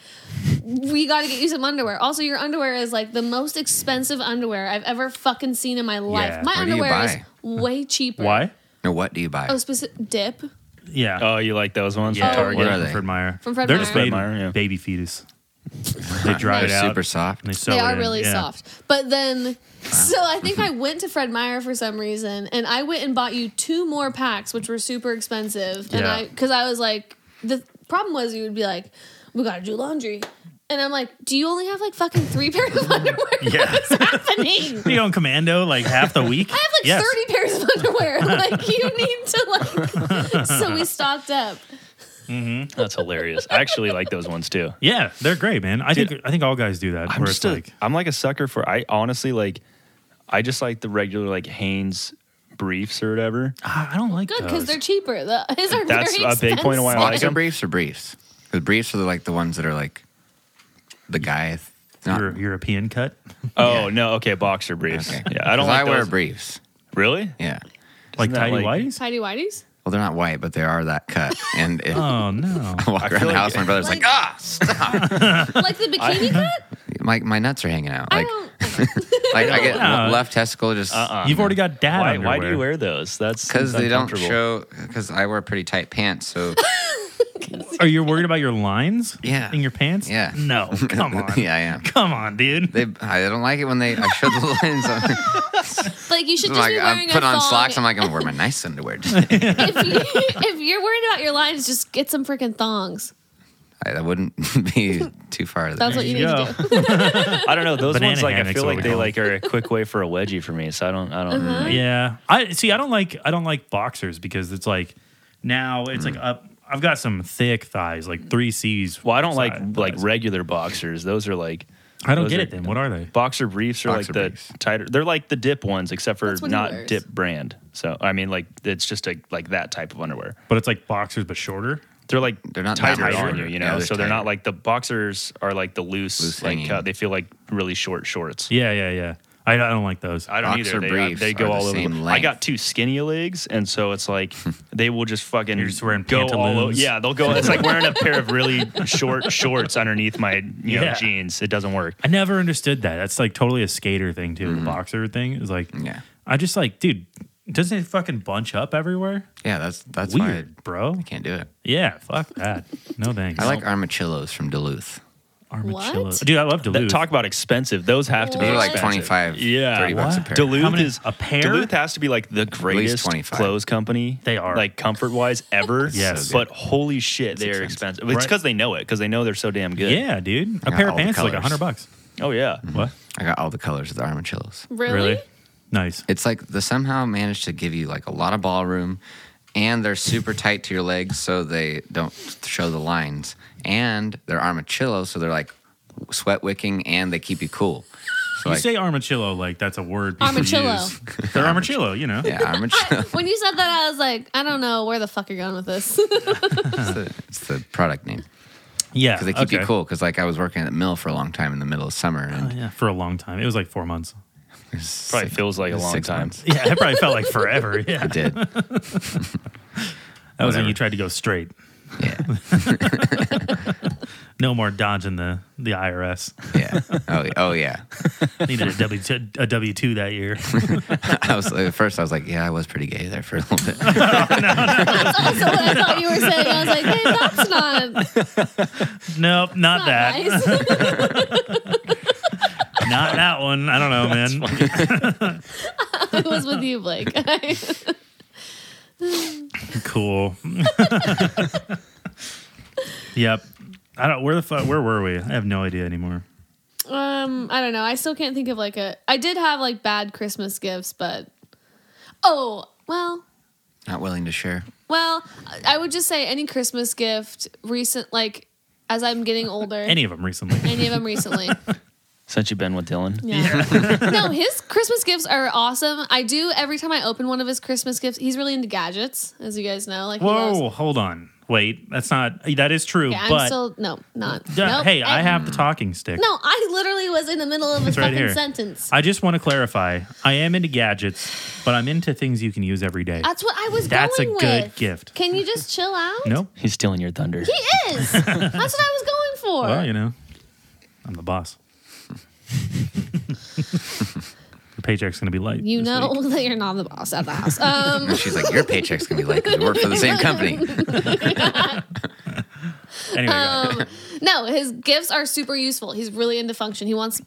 S4: "We got to get you some underwear." Also, your underwear is like the most expensive underwear I've ever fucking seen in my life.
S1: Yeah.
S4: My
S2: What do you
S4: underwear is
S2: buy?
S4: way cheaper.
S1: Why?
S2: No, what do you buy?
S4: Oh, specific dip.
S1: Yeah.
S3: Oh, you like those ones?
S1: yeah.
S4: Oh, Target.
S2: Where are they?
S1: Fred Meyer.
S4: From Fred
S1: They're
S4: Meyer.
S1: just
S3: Fred
S1: made
S3: Meyer, yeah.
S1: baby
S3: (laughs)
S1: fetus. They dry
S2: They're
S1: it out.
S2: super soft.
S1: and they sew
S4: They
S1: it
S4: are
S1: in.
S4: really
S1: Yeah.
S4: soft. But then, so I think I went to Fred Meyer for some reason, and I went and bought you two more packs, which were super expensive. And
S1: Yeah.
S4: I, because I was like, the problem was you would be like, we gotta do laundry. And I'm like, do you only have like fucking three (laughs) pairs of underwear?
S1: Yeah.
S4: What's happening?
S3: (laughs)
S1: You on commando like half the week?
S4: (laughs) I have like 30 pairs of underwear.
S3: (laughs)
S4: like, you need to like, (laughs) so we stocked up.
S3: That's hilarious. I actually like those ones too.
S1: Yeah, they're great, man. I think I think all guys do that.
S3: I'm
S1: where it's
S3: just a,
S1: like
S3: I'm like a sucker for I honestly like I just like the regular like Hanes briefs or whatever.
S1: "Ah, I don't like
S4: Good, because
S1: those.
S4: they're cheaper. The, (laughs) his are
S3: That's
S4: very
S3: a big point of why I
S4: expensive.
S3: like
S2: Boxer briefs or briefs? Because briefs are like the ones that are like the guy. Not,
S1: Euro- European cut.
S3: Oh no, okay, boxer briefs.
S2: okay.
S3: Yeah, I don't
S2: 'Cause
S3: like
S2: I wear
S3: those.
S2: briefs.
S3: Really?
S2: Yeah.
S1: Like
S3: that
S1: tidy
S3: like-
S1: whities?
S3: (laughs)
S4: Tidy Whities?
S2: Well, they're not white, but they are that cut. And if
S1: Oh
S4: (laughs)
S1: no.
S2: I (laughs) walk
S3: I
S2: around
S3: feel
S2: the
S3: like-
S2: house, my brother's like,
S4: Like-
S2: ah, stop.
S4: Like the
S3: (laughs)
S4: bikini cut?
S2: my, my nuts are hanging out.
S4: I
S2: Like,
S4: don't.
S2: like I
S3: (laughs)
S2: get
S1: Yeah.
S2: left testicle just.
S3: Uh-uh.
S1: You've already got dad
S3: Why,
S1: underwear.
S3: why do you wear those? That's
S2: Because they don't
S3: uncomfortable.
S2: show. Because I wear pretty tight pants,
S3: (laughs)
S2: so
S1: Are you worried about your lines?
S2: Yeah.
S1: In your pants?
S2: Yeah.
S3: (laughs)
S1: No.
S2: (laughs)
S1: Come on.
S2: yeah, I am.
S1: Come on, dude.
S2: They, I don't like it when they I show
S3: (laughs)
S2: the lines. I'm, (laughs)
S4: Like you should just
S2: like
S4: be
S2: I'm
S4: wearing
S2: put
S4: a
S2: on
S4: thong.
S2: slacks. I'm like I'm gonna wear my
S3: (laughs)
S2: nice underwear. today.
S4: if, you,
S2: (laughs)
S4: (laughs) if you're worried about your lines, just get some freaking thongs.
S2: I, that wouldn't (laughs) be too far.
S4: That's what
S1: There
S4: you
S1: you
S4: need
S1: go.
S4: to do.
S3: I don't know. Those
S1: Banana
S3: ones like I
S1: hammocks
S3: feel
S1: what
S3: like
S1: we
S3: they
S1: call
S3: like are a quick way for a wedgie for me. So I don't I
S2: Uh-huh.
S1: (laughs)
S3: don't (laughs)
S1: Yeah. I see. I don't like. I don't like boxers because it's like now it's like up. I've got some thick thighs, like three C's.
S3: Hmm. Well, I don't like
S1: size
S3: like
S1: thighs.
S3: regular boxers. Those are like
S1: I don't
S3: those
S1: get
S3: are-
S1: it. Then what are they?
S3: boxer briefs are
S2: Boxer
S3: like the
S2: briefs.
S3: tighter. They're like the dip ones, except for
S4: That's what he
S3: not
S4: wears.
S3: dip brand. So I mean, like it's just a like that type of underwear.
S1: But it's like boxers, but shorter.
S3: They're like
S2: They're not that
S3: tighter
S2: much
S3: on
S2: shorter.
S3: you, you
S2: Yeah,
S3: know.
S2: they're
S3: so they're
S2: tighter.
S3: not like the boxers are like the loose,
S2: Loose
S3: like
S2: hanging.
S3: cut. They feel like really short shorts.
S1: Yeah, yeah, yeah. I, I don't like those.
S3: I don't
S2: Boxer
S3: either. They, uh,
S2: briefs
S3: they
S2: are
S3: go
S2: the
S3: all over.
S2: same
S3: the- I
S2: length.
S3: got two skinny legs, and so
S2: (laughs)
S3: it's like they will just fucking
S1: You're just wearing
S3: go all over.
S1: pantaloons.
S3: Yeah, they'll go. It's like wearing a pair
S1: (laughs)
S3: of really short shorts underneath my you know
S1: Yeah.
S3: jeans. It doesn't work.
S1: I never understood that. That's like totally a skater thing too. A boxer thing is like.
S2: Mm-hmm. Yeah.
S1: I just like, dude. Doesn't it fucking bunch up everywhere?
S2: Yeah, that's that's why I
S1: Weird, bro.
S2: can't do it.
S1: Yeah, fuck that. No thanks.
S2: I like armachillos from Duluth.
S1: armadillos,
S4: What?
S1: dude. I love
S3: That,
S1: Duluth.
S3: talk about expensive. Those have to be
S2: Those are like
S3: expensive.
S2: 25,
S3: Yeah,
S2: 30 bucks a
S1: what?
S2: pair.
S3: Duluth
S1: How many-
S3: is
S1: a pair?
S3: Duluth has to be like the greatest
S2: 25.
S3: clothes company.
S1: They are.
S3: like comfort wise ever.
S1: Yes.
S3: but holy shit, they are
S2: expensive.
S3: expensive. It's
S1: Right.
S3: because they know it because they know they're so damn good.
S1: yeah, dude. A
S2: Yeah,
S1: pair of
S2: all the
S1: pants is like a
S2: colors.
S1: hundred bucks.
S3: Oh yeah.
S2: Mm-hmm.
S1: What?
S2: I got all the colors of the armachillos.
S4: Really?
S1: Nice.
S2: It's like they somehow managed to give you like a lot of ballroom, and they're super tight to your legs, so they don't show the lines. And they're armachillos, so they're like sweat wicking, and they keep you cool.
S1: you
S2: So like,
S1: say armachillo like that's a word. people
S4: Armachillo.
S1: use.
S2: (laughs)
S1: They're armachillo, you know.
S2: yeah,
S3: (laughs)
S2: armadillo.
S4: (laughs) When you said that, I was like, I don't know where the fuck you're going
S1: (laughs)
S4: with this. (laughs)
S2: it's, the, it's the product name
S1: Yeah,
S2: because they keep
S1: okay.
S2: you cool. Because like I was working at the mill for a long time in the middle of summer, and
S1: Oh, yeah, for a long time. It was like four months.
S2: it was
S3: Probably
S2: six-
S3: feels like a long
S2: six
S3: time.
S2: months.
S1: Yeah, it probably felt like forever. (laughs) Yeah,
S2: I
S3: (laughs)
S2: did.
S1: that was when
S2: whatever.
S1: you tried to go straight.
S2: Yeah,
S1: No more dodging the the IRS.
S2: yeah. Oh, oh yeah.
S1: Needed a W two a W two that year.
S2: I was at first. I was like, yeah, I was pretty gay there for a little bit.
S4: that's also what I thought you were saying. I was like, hey, that's
S1: nope,
S4: not, not
S1: not, (laughs) that.
S4: nice. (laughs)
S1: Not that one. I don't know, man.
S4: I was with you, Blake. (laughs)
S1: Cool. (laughs) yep. I don't. Where the fuck? Where were we? I have no idea anymore.
S4: Um, I don't know. I still can't think of like a. I did have like bad Christmas gifts, but oh well,
S2: (laughs) Not willing to share.
S4: well. I would just say any Christmas gift recent, like as I'm getting older,
S1: Any of them recently?
S4: any of them
S1: (laughs)
S4: recently.
S3: Since you've been with Dylan,
S4: Yeah. no, his Christmas gifts are awesome. I do every time I open one of his Christmas gifts. He's really into gadgets, as you guys know. Like, he
S1: Whoa,
S4: loves-
S1: hold on. Wait, that's not. That is true,
S4: Yeah, I'm
S1: but
S4: still no, not.
S1: Yeah,
S4: Nope.
S1: hey, I
S4: And-
S1: have the talking stick.
S4: No, I literally was in the middle of a
S1: It's right
S4: fucking
S1: here.
S4: sentence.
S1: I just want to clarify. I am into gadgets, but I'm into things you can use every day.
S4: That's what I was
S1: That's a
S4: going
S1: good
S4: with.
S1: gift.
S4: Can you just chill
S1: (laughs)
S4: out?
S1: No,
S3: he's stealing your thunder.
S4: He is.
S1: (laughs)
S4: That's what I was going for.
S1: well, you know, I'm the
S4: (laughs)
S1: boss. Your paycheck's gonna be light.
S4: You
S1: this
S4: know
S1: week.
S4: (laughs) that you're not the boss at the house. Um,
S2: And she's like, your paycheck's gonna be like 'cause we work for the same company.
S1: (laughs) Anyway, go ahead.
S4: um, no, his gifts are super useful. He's really into function. He wants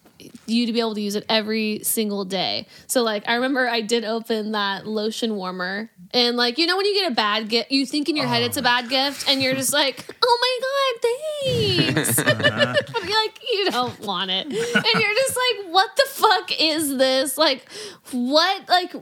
S4: you to be able to use it every single day. So, like, I remember I did open that lotion warmer, and like, you know, when you get a bad gift, you think in your head it's a bad gift, and you're just like, oh my god, thanks. (laughs) but you're like, you don't want it, and you're just like, what the fuck is this? Like, what like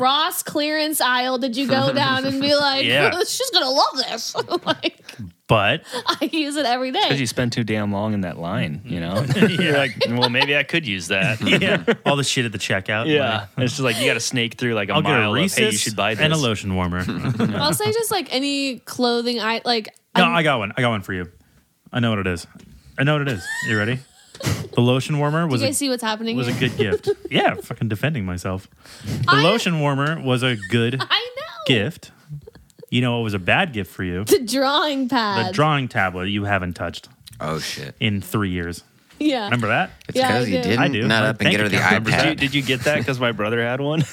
S4: Ross clearance aisle did you go down and be like,
S1: Yeah.
S4: (laughs) she's gonna love this? (laughs) like. (laughs)
S1: but
S4: I use it every
S3: Because
S4: day.
S3: you spend too damn long in that line,
S1: (laughs)
S3: you know. You're like, well, maybe I could
S2: (laughs)
S3: use that.
S1: yeah, all the shit at the checkout.
S3: Yeah, it's just like you got to snake through like a
S1: I'll get a
S3: mile. of, hey, you
S1: Reese's
S3: should buy this.
S1: and a lotion
S3: (laughs)
S1: warmer. no,
S4: I'll say just like any clothing. I like. I'm-
S1: I got one. I got one for you. I know what it is. I know what it is. You ready? The lotion warmer was
S4: you
S1: a
S4: guys see what's happening.
S1: was a
S4: here?
S1: good gift. Yeah, fucking defending myself. The
S4: I-
S1: lotion warmer was a good
S4: I know.
S1: gift. You know what was a bad gift for you?
S4: The drawing pad.
S1: The drawing tablet you haven't touched
S2: Oh shit.
S1: in three years.
S4: Yeah.
S1: Remember that?
S2: It's
S4: Yeah, I
S2: because you
S4: do.
S2: didn't
S1: I do.
S2: nut
S1: My
S2: up and
S1: bank
S2: get her the
S1: account numbers
S3: Did you,
S2: iPad.
S3: did you get that? Because my brother had one.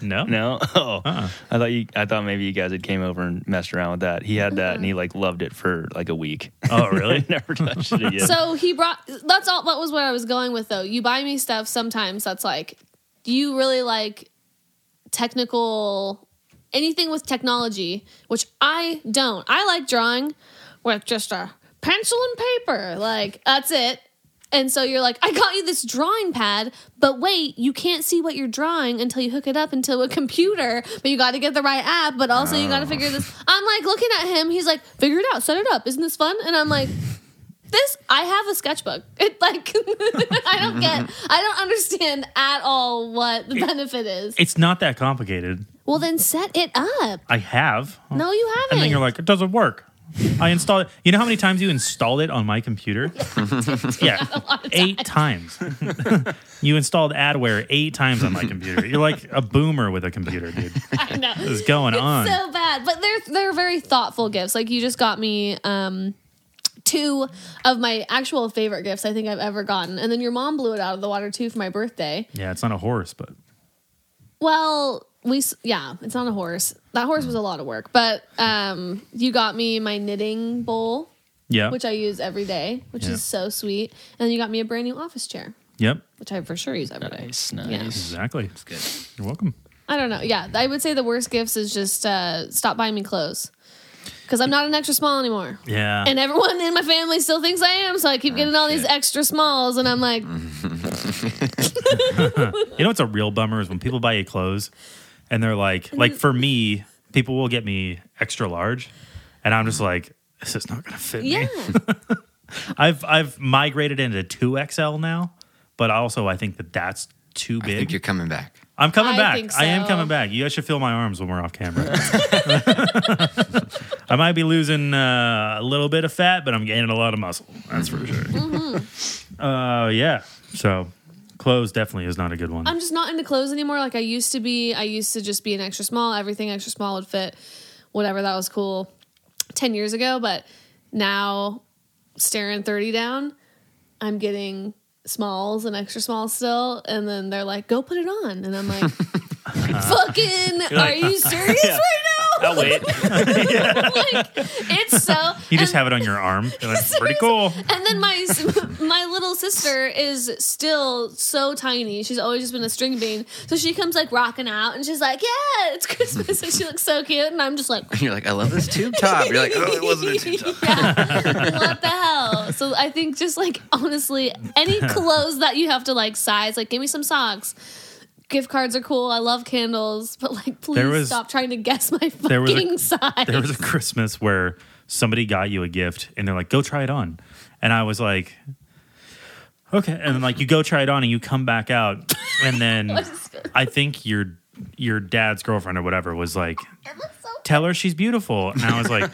S1: No.
S3: (laughs) no, oh,
S1: Uh-uh.
S3: I thought you. I thought maybe you guys had came over and messed around with that. He had that and he like loved it for like a week.
S1: (laughs)
S3: (laughs)
S1: Oh, (laughs) really?
S3: Never touched it again.
S4: So he brought. That's all. That was where I was going with though. You buy me stuff sometimes. That's like, you really like technical anything with technology, which I don't. I like drawing with just a pencil and paper. Like that's it. And so you're like, I got you this drawing pad, but wait, you can't see what you're drawing until you hook it up into a computer. But you got to get the right app. But also you got to figure this. I'm like looking at him. He's like, figure it out, set it up. Isn't this fun? And I'm like, this I have a sketchbook. (laughs) It like I don't get I don't understand at all what the benefit is.
S1: It's not that complicated.
S4: Well then set it up.
S1: I have.
S4: No you haven't.
S1: And then you're like, it doesn't work. I installed it. You know how many times you installed it on my
S4: (laughs)
S1: computer? yeah, eight times. (laughs) you installed adware eight times on my computer. You're like a boomer with a computer, dude. (laughs)
S4: I know.
S1: What's going on?
S4: so bad. But they're they're very thoughtful gifts. Like you just got me um two of my actual favorite gifts I think I've ever gotten. And then your mom blew it out of the water too for my birthday.
S1: yeah, it's not a horse, but
S4: Well, we s- yeah, it's on a horse. That horse was a lot of work. But um you got me my knitting bowl.
S1: yeah.
S4: which I use every day, which
S1: Yeah.
S4: is so sweet. And you got me a brand new office chair,
S1: yep.
S4: which I for sure use every day.
S3: nice,
S4: Yeah.
S3: nice.
S1: Exactly.
S2: Good.
S1: You're welcome.
S4: I don't know. Yeah, I would say the worst gifts is just uh, stop buying me clothes because I'm not an extra small anymore.
S1: Yeah.
S4: And everyone in my family still thinks I am, so I keep getting all these extra smalls, and I'm like,
S1: You know what's a real bummer is when people buy you clothes and they're like, like for me, people will get me extra large, and I'm just like, this is not gonna fit
S4: yeah,
S1: me. I've I've migrated into two XL now, But also, I think that that's too
S2: I think
S1: big.
S2: you're coming (laughs) back.
S1: I'm coming
S4: I
S1: back.
S4: think
S1: I am
S4: so.
S1: coming back. You guys should feel my arms when we're off camera. (laughs) I might be losing uh, a little bit of fat, but I'm gaining a lot of muscle. That's for sure.
S4: Mm-hmm.
S1: Uh, yeah. So clothes definitely is not a good one.
S4: I'm (laughs) just not into clothes anymore. Like I used to be. I used to just be an extra small. Everything extra small would fit. Whatever that was cool, ten years ago. But now, staring thirty down, I'm getting smalls and extra smalls still. And then they're like, "Go put it on," and
S1: (laughs)
S4: I'm like, "Fucking, are you serious right now?"
S3: I'll wait.
S4: like it's so.
S1: (laughs) you just
S4: and-
S1: have it on your arm. And
S4: (laughs)
S1: that's pretty cool.
S4: and then my (laughs) my little sister is still so tiny. She's always just been a string bean. So she comes like rocking out, and she's like, "Yeah, it's (laughs) Christmas," and she looks so cute. And I'm just like,
S2: You're like, I love this tube top. You're like, oh, it
S4: (laughs)
S2: wasn't a tube top.
S4: yeah, "What the hell?" So I think just like honestly,
S1: (laughs)
S4: any clothes that you have to like size, like give me some socks. Gift cards are cool. I love candles, but like, please
S1: There was-
S4: stop trying to guess my fucking
S1: there was a-
S4: size.
S1: There was a Christmas where somebody got you a gift and they're like, go try it on. And I was like, okay. And then like you go try it on and you come back out. And
S4: (laughs)
S1: then I think your your dad's girlfriend or whatever was like,
S4: It looks so
S1: tell her she's beautiful. And I was like,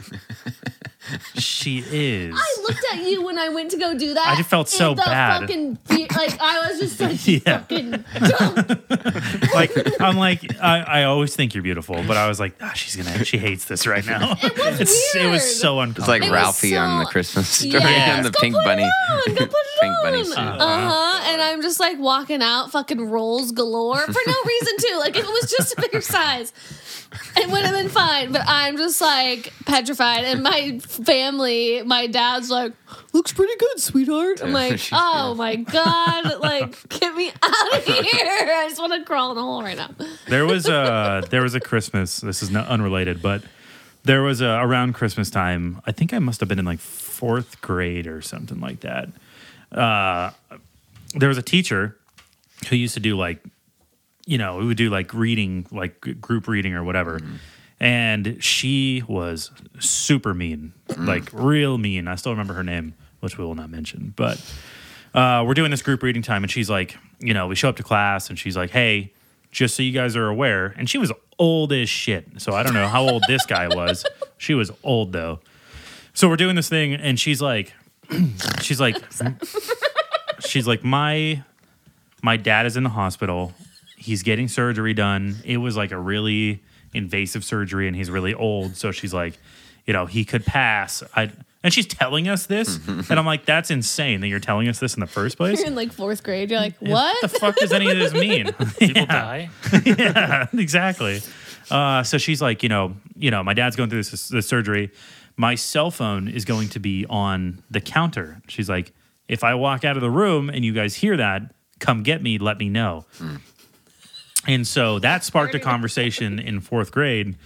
S1: she is.
S4: I looked at you when I went to go do that.
S1: I just felt so
S4: and the
S1: bad.
S4: Fucking be- like I was
S1: (laughs)
S4: just
S1: (laughs)
S4: like
S1: Yeah.
S4: fucking dumb.
S1: Like I'm like I, I always think you're beautiful, but I was like, ah, she's gonna she hates this right now. It (laughs) It
S4: was
S1: was
S4: weird.
S1: so
S2: It's
S1: uncomfortable.
S2: like
S4: It was
S2: Ralphie on the
S4: so-
S2: Christmas story
S4: Yes.
S2: and the
S4: Go
S2: pink
S4: put it
S2: bunny.
S4: on, go put it
S2: Pink bunny
S4: on.
S2: suit.
S1: Uh-huh.
S4: Uh huh. And I'm just like walking out, fucking rolls galore for no reason too. Like if it was just a bigger size, it would have been fine. But I'm just like petrified. And my family, my dad's like, looks pretty good,
S2: (laughs)
S4: sweetheart. I'm like,
S2: She's
S4: oh my god, like get me out of here. I just want to crawl in a hole right now.
S1: there was a there was a Christmas. This is not unrelated, but there was a around Christmas time. I think I must have been in like fourth grade or something like that. Uh, there was a teacher who used to do like, you know, we would do like reading, like g- group reading or whatever. And she was super mean, like real mean. I still remember her name, which we will not mention, but uh, we're doing this group reading time, and she's like, you know, we show up to class, and she's like, hey, just so you guys are aware, and she was old as shit. So I don't know how old this guy was. She was old though. So we're doing this thing, and she's like, (clears throat) she's like, she's like, my my dad is in the hospital. He's getting surgery done. It was like a really invasive surgery, and he's really old. So she's like, you know, he could pass. I and she's telling us this, and I'm like, that's insane that you're telling us this in the first place.
S4: You're in like fourth
S1: (laughs)
S4: grade. You're like, what?
S1: the fuck does any of this mean? (laughs)
S3: People die.
S1: yeah, exactly. Uh, so she's like, you know, you know, my dad's going through this, this surgery. My cell phone is going to be on the counter. She's like, if I walk out of the room and you guys hear that, come get me. Let me know. And so that sparked a conversation in fourth grade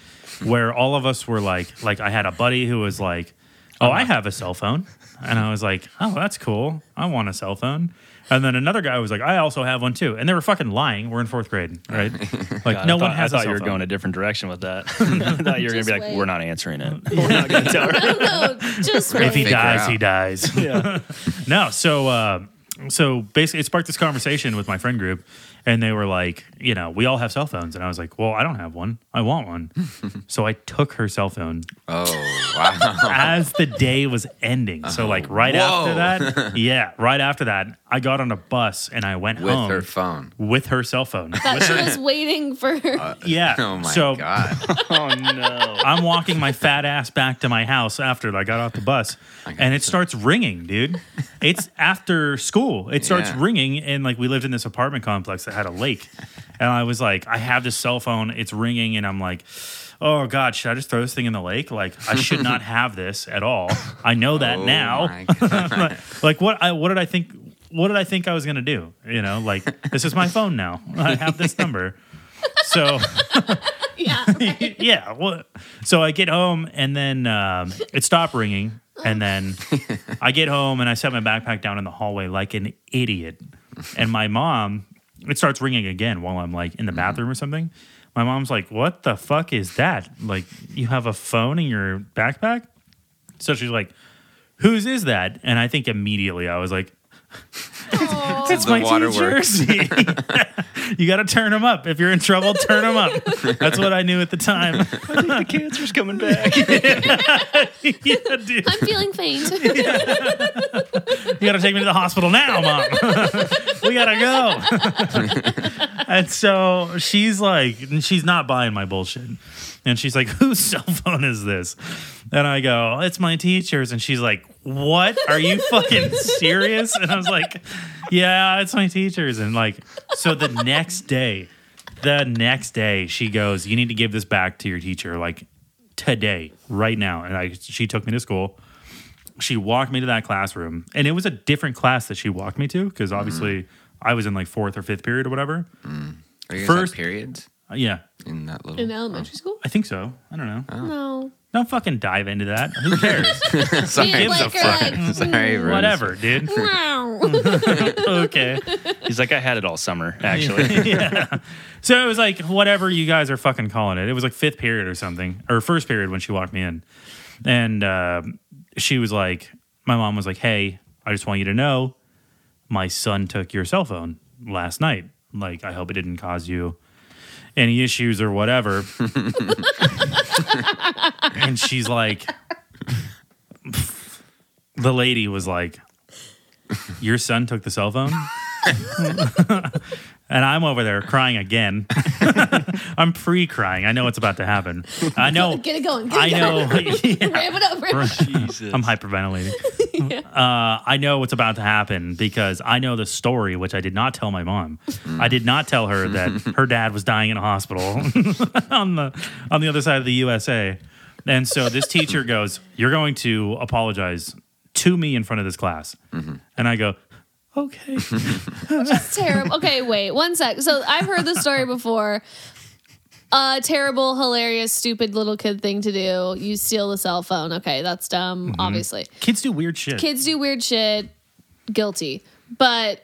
S1: where all of us were like, like I had a buddy who was like, oh, I have a cell phone. And I was like, oh, that's cool. I want a cell phone. And then another guy was like, I also have one too. And they were fucking lying. We're in fourth
S3: (laughs)
S1: grade, right? Like
S3: God,
S1: no
S3: I
S1: one
S3: thought-
S1: has a
S3: I thought
S1: cell
S3: you were
S1: phone.
S3: going a different direction
S1: (laughs)
S3: with that. (laughs) I thought you were going
S4: Just
S3: to be like,
S4: wait.
S3: we're not answering it. We're not going to tell her.
S4: (laughs) no, just
S1: if he
S4: wait.
S2: Figure
S1: dies,
S2: out.
S1: he
S3: (laughs)
S1: dies. (laughs) no, so uh, so basically, it sparked this conversation with my friend group, and they were like, you know, we all have cell phones, and I was like, well, I don't have one, I want
S3: (laughs)
S1: one, so I took her cell phone
S2: Oh, wow. (laughs)
S1: as
S3: (laughs)
S1: the day was ending. So like
S3: Oh,
S1: right
S2: Whoa.
S1: after that, yeah, right after that, I got on a bus and I went
S2: With
S1: home
S2: her phone.
S1: with her cell phone.
S4: That she was
S1: (laughs)
S4: waiting for.
S1: yeah.
S2: (laughs) Oh my
S1: so (laughs)
S2: God.
S3: Oh, no.
S1: I'm walking my fat ass back to my house after I got off the bus, and it starts ringing, dude.
S2: (laughs)
S1: It's after school. It starts
S2: Yeah.
S1: ringing, and like we lived in this apartment complex that had a lake, and I was like, I have this cell phone. It's ringing, and I'm like. Oh God! Should I just throw this thing in the lake? Like I should
S2: (laughs)
S1: not have this at all. I know that
S2: Oh
S1: now.
S2: my God.
S1: (laughs) like what I what did I think what did I think I was gonna do? You know, like this is my phone now. I have this number. So
S4: (laughs)
S1: (laughs)
S4: yeah,
S1: yeah, well, so I get home and then um, it stopped ringing, and then I get home and I set my backpack down in the hallway like an idiot, and my mom it starts ringing again while I'm like
S2: Mm-hmm.
S1: in the bathroom or something. My mom's like, "What the fuck is that? Like, you have a phone in your backpack?" So she's like, "Whose is that?" And I think immediately I was like, That's
S2: the
S1: my team
S2: waterworks.
S1: jersey. (laughs) you got to turn them up. If you're in trouble, turn them up. That's what I knew at the time.
S3: I think the cancer's coming back.
S1: (laughs) yeah, dude.
S4: I'm
S1: (laughs)
S4: feeling faint. (laughs)
S1: You gotta take me to the hospital now, mom. (laughs) we gotta go. (laughs) and so she's like, and she's not buying my bullshit. And she's like, (laughs) whose cell phone is this? And I go, it's my teacher's. And she's like, what? Are you fucking serious? And I was like, yeah, it's my teacher's. And like, so the next day, the next day, she goes, you need to give this back to your teacher, like today, right now. And I, she took me to school she walked me to that classroom and it was a different class that she walked me to because obviously i was in like fourth or fifth period or whatever
S2: Are you guys
S1: First-
S2: First periods
S1: Uh, yeah
S2: in that little
S4: In
S2: (laughs)
S4: elementary school?
S1: i think so i don't know
S4: No.
S1: don't fucking dive into that who cares
S2: Sorry,
S4: Me and
S1: gives a
S4: Blake are like,
S2: sorry, Rose.
S1: whatever dude (laughs)
S4: wow.
S1: okay
S3: (laughs) He's like, I had it all summer,
S1: (laughs)
S3: actually. (laughs)
S1: so it was like whatever you guys are fucking calling it it was like fifth period or something or first period when she walked me in and uh, she was like my mom was like hey i just want you to know my son took your cell phone last night like i hope it didn't cause you any issues or whatever (laughs) and she's like the lady was like your son took the cell phone (laughs) and i'm over there crying again (laughs) i'm pre-crying i know what's about to happen i know
S4: Get it going. Get it
S1: i
S4: (laughs)
S1: know
S4: going.
S1: Yeah.
S4: Ramp it up. Ramp it up.
S1: I'm hyperventilating.
S4: (laughs)
S1: uh, I know what's about to happen because I know the story, which I did not tell my mom. I did not tell her
S4: (laughs)
S1: that her dad was dying in a hospital (laughs) on the on the other side of the USA. And so this teacher goes, "You're going to apologize to me in front of this class,"
S4: Mm-hmm.
S1: and I go,
S4: (laughs)
S1: "Okay."
S4: It's terrible. Okay, wait one sec. So I've heard this story before. A terrible, hilarious, stupid little kid thing to do. You steal the cell phone. Okay, that's dumb.
S1: Mm-hmm.
S4: Obviously,
S1: Kids do weird shit.
S4: kids do weird shit. Guilty,
S1: (laughs)
S4: but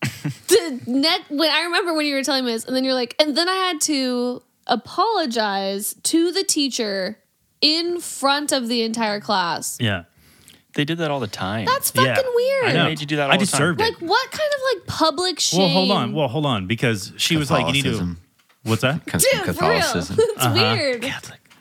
S4: the net. When I remember when you were telling me this, and then you're like, and then I had to apologize to the teacher in front of the entire class.
S1: yeah,
S3: they did that all the time.
S4: That's fucking
S1: yeah.
S4: weird.
S1: I know.
S3: made you do that
S1: I
S3: all the time?
S1: deserved
S4: Like,
S1: it.
S4: what kind of like public shame?
S1: Well, hold on. Well, hold on, because she was like, "You need to."
S2: Catholicism.
S1: What's
S4: (laughs)
S1: that?
S2: Comes from
S4: Dude, for real, it's
S2: Catholicism.
S1: Uh-huh.
S4: weird.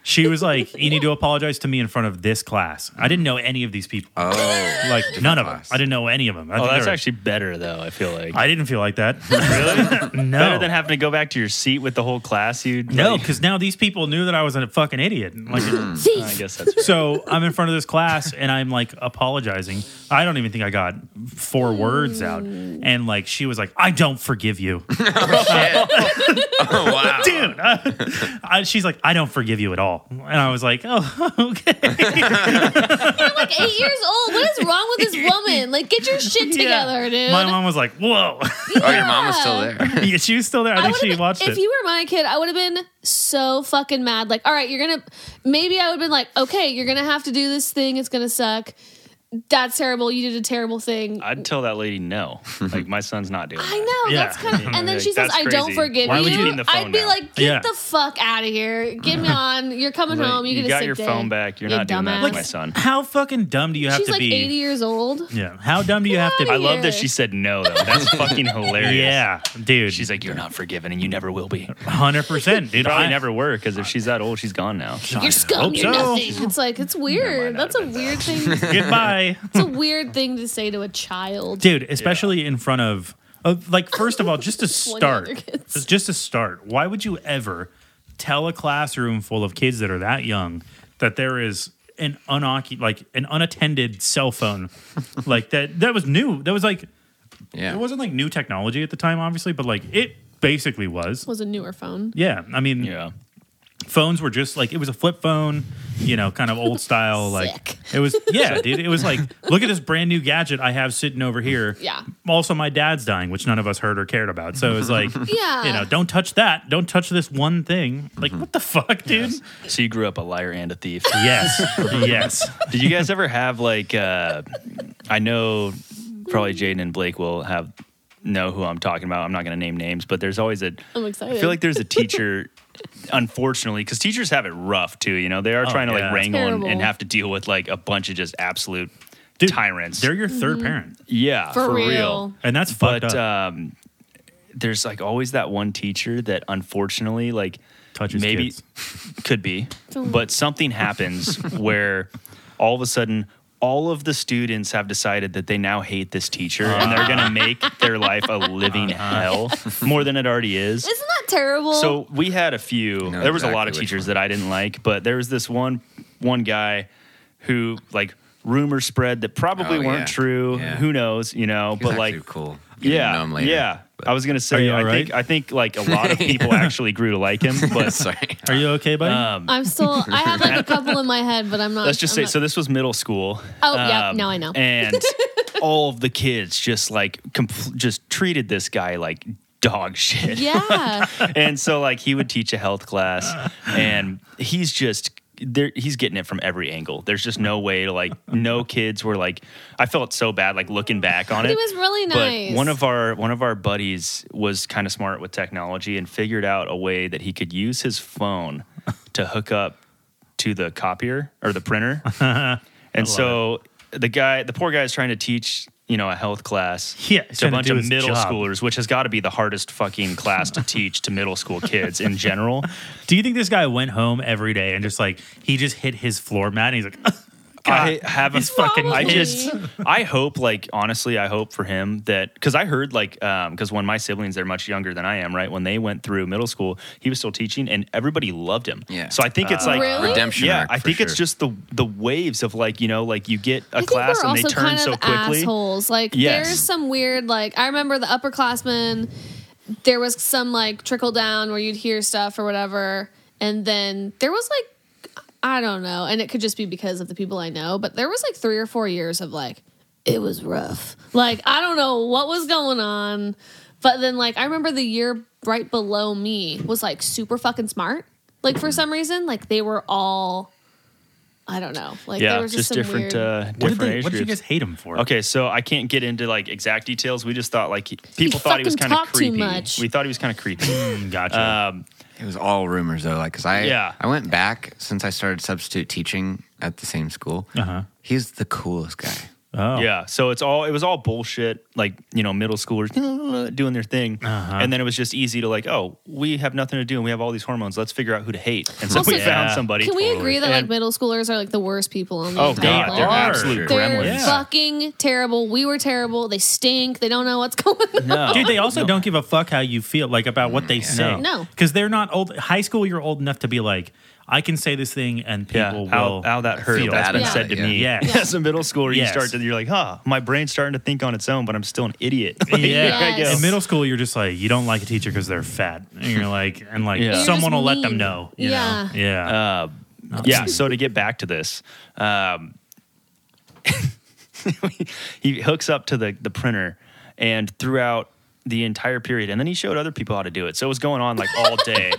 S1: She was like, "You need to apologize to me in front of this class." I didn't know any of these people.
S2: Oh,
S1: like none of them.
S2: class.
S1: I didn't know any of them. I,
S3: oh,
S1: think
S3: that's
S1: they were-
S3: actually better, though, I feel
S1: (laughs)
S3: like.
S1: I didn't feel like
S3: (laughs)
S1: that. really? (laughs) No.
S3: better than having to go back to your seat with the whole class. You
S1: no, (laughs)
S3: like-
S1: because now these people knew that I was a fucking idiot. Like,
S4: Thief.
S3: I guess
S4: (laughs)
S3: that's
S1: so I'm in front of this class and I'm like apologizing. I don't even think I got four words out, and like she was like, "I don't forgive you."
S2: Oh, wow.
S1: dude. I- I- she's like, I don't forgive you at all. And I was like, oh, (laughs) okay.
S4: like eight years old. What is wrong
S1: (laughs)
S4: with this woman? Like, get your shit
S1: Yeah.
S4: together,
S1: (laughs)
S4: dude.
S1: My mom was like, whoa. (laughs)
S2: Oh, your mom was still there.
S1: yeah, she was still there. I, think
S4: would've
S1: she
S4: been-
S1: watched
S4: if
S1: it.
S4: you were my kid, I would have been so fucking mad. Like, all right, you're gonna. Maybe I would have been like, okay, you're gonna have to do this thing. It's gonna suck. That's terrible. You did a terrible thing. I,
S3: I'd tell that lady no. Like my son's not doing. that.
S4: know.
S1: Yeah.
S4: That's kind of. And
S3: (laughs)
S4: then
S3: Like,
S4: she says,
S3: that's
S4: "I don't
S3: crazy.
S4: forgive
S3: Why
S4: you."
S3: would you be in the phone
S4: I'd be
S3: now?
S4: like, "Get
S1: Yeah.
S4: the fuck out of here.
S3: (laughs)
S4: Get me on. You're coming
S3: Like,
S4: home. You,
S3: you
S4: get a
S3: got
S4: sick
S3: your
S4: day.
S3: phone back. You're
S4: You
S3: not doing that
S4: dumbass."
S3: to my son.
S4: (laughs)
S1: How fucking dumb do you have
S4: She's
S1: to
S4: like
S1: be?
S4: 80 years old.
S1: Yeah. How dumb do you have to be?
S3: I
S4: outta
S3: love that
S4: here.
S3: she said no though.
S4: (laughs)
S3: That's fucking hilarious.
S1: Yeah, dude.
S3: She's like, you're not forgiven, and you never will (laughs) be.
S1: hundred percent, dude.
S3: Probably
S1: I-
S3: never were, because if she's that old, she's gone now.
S4: You're scum.
S1: hope
S4: You're
S1: so.
S3: (laughs)
S4: nothing. It's like it's weird.
S3: I'd
S4: That's a
S3: (laughs)
S4: weird
S1: (laughs)
S4: thing.
S1: Goodbye,
S4: It's a weird thing to say to a child.
S1: dude. Especially in front of, of, like, first of all, just
S4: (laughs)
S1: to
S4: other
S1: start,
S4: kids.
S1: just- just to start. Why would you ever tell a classroom full of kids that are that young that there is an unoccupied, like, an unattended cell phone, like that? That was new. That was like,
S2: Yeah.
S1: it wasn't like new technology at the time, obviously, but like it basically was.
S4: was a newer phone.
S1: Yeah, I mean,
S3: Yeah.
S1: phones were just like it was a flip phone, you know, kind of
S4: (laughs)
S1: old style.
S4: Sick.
S1: Like it was, yeah, dude. It was like, look at this brand new gadget I have sitting over here.
S4: Yeah.
S1: Also, my dad's dying, which none of us heard or cared about. So it was
S4: (laughs)
S1: like,
S4: Yeah.
S1: you know, don't touch that. Don't touch this one thing. Like, what the fuck, dude?
S3: So you grew up a liar and a (laughs) thief.
S1: Yes, (laughs) yes.
S3: Did you guys ever have like? uh I know, probably Jaden and Blake will have know who I'm talking about. I'm not going to name names, but there's always a.
S4: I'm excited.
S3: I feel like there's a teacher, (laughs) unfortunately, because teachers have it rough too. You know, they are trying to
S1: yeah.
S3: like wrangle and,
S4: Terrible.
S3: and have to deal with like a bunch of just absolute
S1: Dude,
S3: tyrants.
S1: They're your 3rd
S4: Mm-hmm.
S1: parent,
S3: yeah,
S4: For
S3: for, real.
S4: real.
S1: and that's fucked
S3: But
S1: up.
S3: um, there's like always that one teacher that unfortunately, like,
S1: Touches
S3: maybe
S1: kids.
S3: could be, but something
S4: (laughs)
S3: happens where all of a sudden all of the students have decided that they now hate this teacher and they're
S4: (laughs)
S3: going to make their life a living
S2: Uh-huh.
S3: hell more than it already is.
S4: Isn't that terrible?
S3: So we had a few.
S2: know
S3: there was a
S2: exactly
S3: lot of
S2: which
S3: teachers
S2: one.
S3: that I didn't like, but there was this one one guy who like rumors spread that probably
S2: Oh,
S3: weren't
S2: yeah.
S3: true.
S2: Yeah.
S3: Who knows? You know,
S2: He's
S3: but
S2: actually
S3: like.
S2: cool. You didn't
S3: Yeah,
S2: know him later,
S3: yeah.
S2: but-
S3: I was gonna
S1: Are
S3: say,
S1: you
S3: I
S1: all
S3: think
S1: right?
S3: I think like a
S2: (laughs)
S3: lot of people actually grew to like him, but
S2: sorry.
S1: Are you okay, buddy?
S3: um,
S4: I'm still. I have like a couple in my head, but I'm
S3: (laughs)
S4: not.
S3: let's just
S4: I'm
S3: say
S4: not-
S3: so this was middle school Um,
S4: Oh, yeah, now I know. (laughs)
S3: and all of the kids just like compl- just treated this guy like dog shit
S4: (laughs) Yeah.
S3: and so like he would teach a health class and he's just there he's getting it from every angle there's just no way to like no kids were like i felt so bad like looking back on it
S4: He was really nice.
S3: but one of our one of our buddies was kind of smart with technology and figured out a way that he could use his phone to hook up to the copier or the printer. and so the guy, the poor guy, is trying to teach you know a health class
S1: Yeah, he's
S3: to a
S1: trying to
S3: bunch
S1: do
S3: of
S1: his
S3: middle
S1: job.
S3: schoolers, which has got to be the hardest fucking class to teach to middle school kids in
S4: (laughs)
S3: general.
S1: Do you think this guy went home every day and just like he just hit his floor mat and he's like, (laughs)
S3: I have a
S1: He's fucking
S3: I
S4: Probably.
S3: just I hope like honestly I hope for him that because I heard like um because when my siblings they're much younger than I am right when they went through middle school he was still teaching and everybody loved him
S2: Yeah.
S3: so I think (laughs) it's like
S4: Really?
S2: Redemption
S3: yeah
S2: arc,
S3: I
S2: for
S3: think it's
S2: sure.
S3: just the the waves of like you know like you get a
S4: I think
S3: class
S4: we're
S3: and they
S4: also
S3: turn
S4: kind of
S3: so quickly
S4: assholes. Like
S3: Yes.
S4: there's some weird like I remember the upperclassmen. There was some like trickle down where you'd hear stuff or whatever, and then there was like I don't know, and it could just be because of the people I know, but there was like three or four years of like it was rough. Like I don't know what was going on, but then like I remember the year right below me was like super fucking smart. Like for some reason, like they were all. I don't know. Like
S3: yeah
S4: there was
S3: just,
S4: just, some
S3: different
S4: weird-
S3: uh different
S1: what did, they,
S3: age
S1: what did you
S3: groups.
S1: guys hate him for?
S3: Okay, so I can't get into like exact details. We just thought like he- people thought he was
S4: fucking
S3: kind of
S4: talked too
S3: creepy.
S4: much.
S3: We thought he was kind of creepy.
S1: Mm, Gotcha.
S3: um,
S2: It was all rumors though, like because I
S3: Yeah.
S2: I went back since I started substitute teaching at the same school.
S1: Uh-huh.
S2: He's the coolest guy.
S1: (laughs) oh.
S3: Yeah. So it's all it was all bullshit, like, you know, middle schoolers doing their thing.
S1: Uh-huh.
S3: And then it was just easy to like, oh, we have nothing to do and we have all these hormones. Let's figure out who to hate. And so
S4: Also,
S3: we found
S1: Yeah.
S3: somebody.
S4: Can we agree that like
S3: And-
S4: middle schoolers are like the worst people on the
S3: Oh
S4: entire
S3: god, they're
S4: planet?
S3: absolute
S2: They're
S4: They're
S3: gremlins.
S1: Yeah.
S4: fucking terrible. We were terrible. They stink. They don't know what's (laughs) going on.
S3: No.
S1: Dude, they also don't give a fuck how you feel, like about what
S3: Mm,
S1: they say.
S4: No.
S1: because they're not old. High school, you're old enough to be like, I can say this thing, and
S3: yeah,
S1: people
S3: how,
S1: will.
S3: how that hurt.
S2: feel
S3: That's
S2: bad
S3: been
S4: about
S3: said
S2: it,
S3: to
S2: yeah.
S3: me.
S1: Yes.
S3: (laughs) As a middle schooler, you
S1: Yes.
S3: start to, you're like, huh, my brain's starting to think on its own, but I'm still an
S1: (laughs)
S3: idiot.
S1: (laughs)
S3: Like,
S1: Yeah.
S3: I
S4: Yes.
S3: guess.
S1: In middle school, you're just like you don't like a teacher because they're fat, and
S3: (laughs)
S1: you're like, and like
S3: Yeah. You're
S1: someone
S4: just
S1: will let
S4: mean.
S1: them know. You
S4: Yeah.
S1: know? yeah.
S3: Uh, yeah. So to get back to this, um, (laughs) he hooks up to the the printer, and throughout the entire period, and then he showed other people how to do it. So it was going on like all day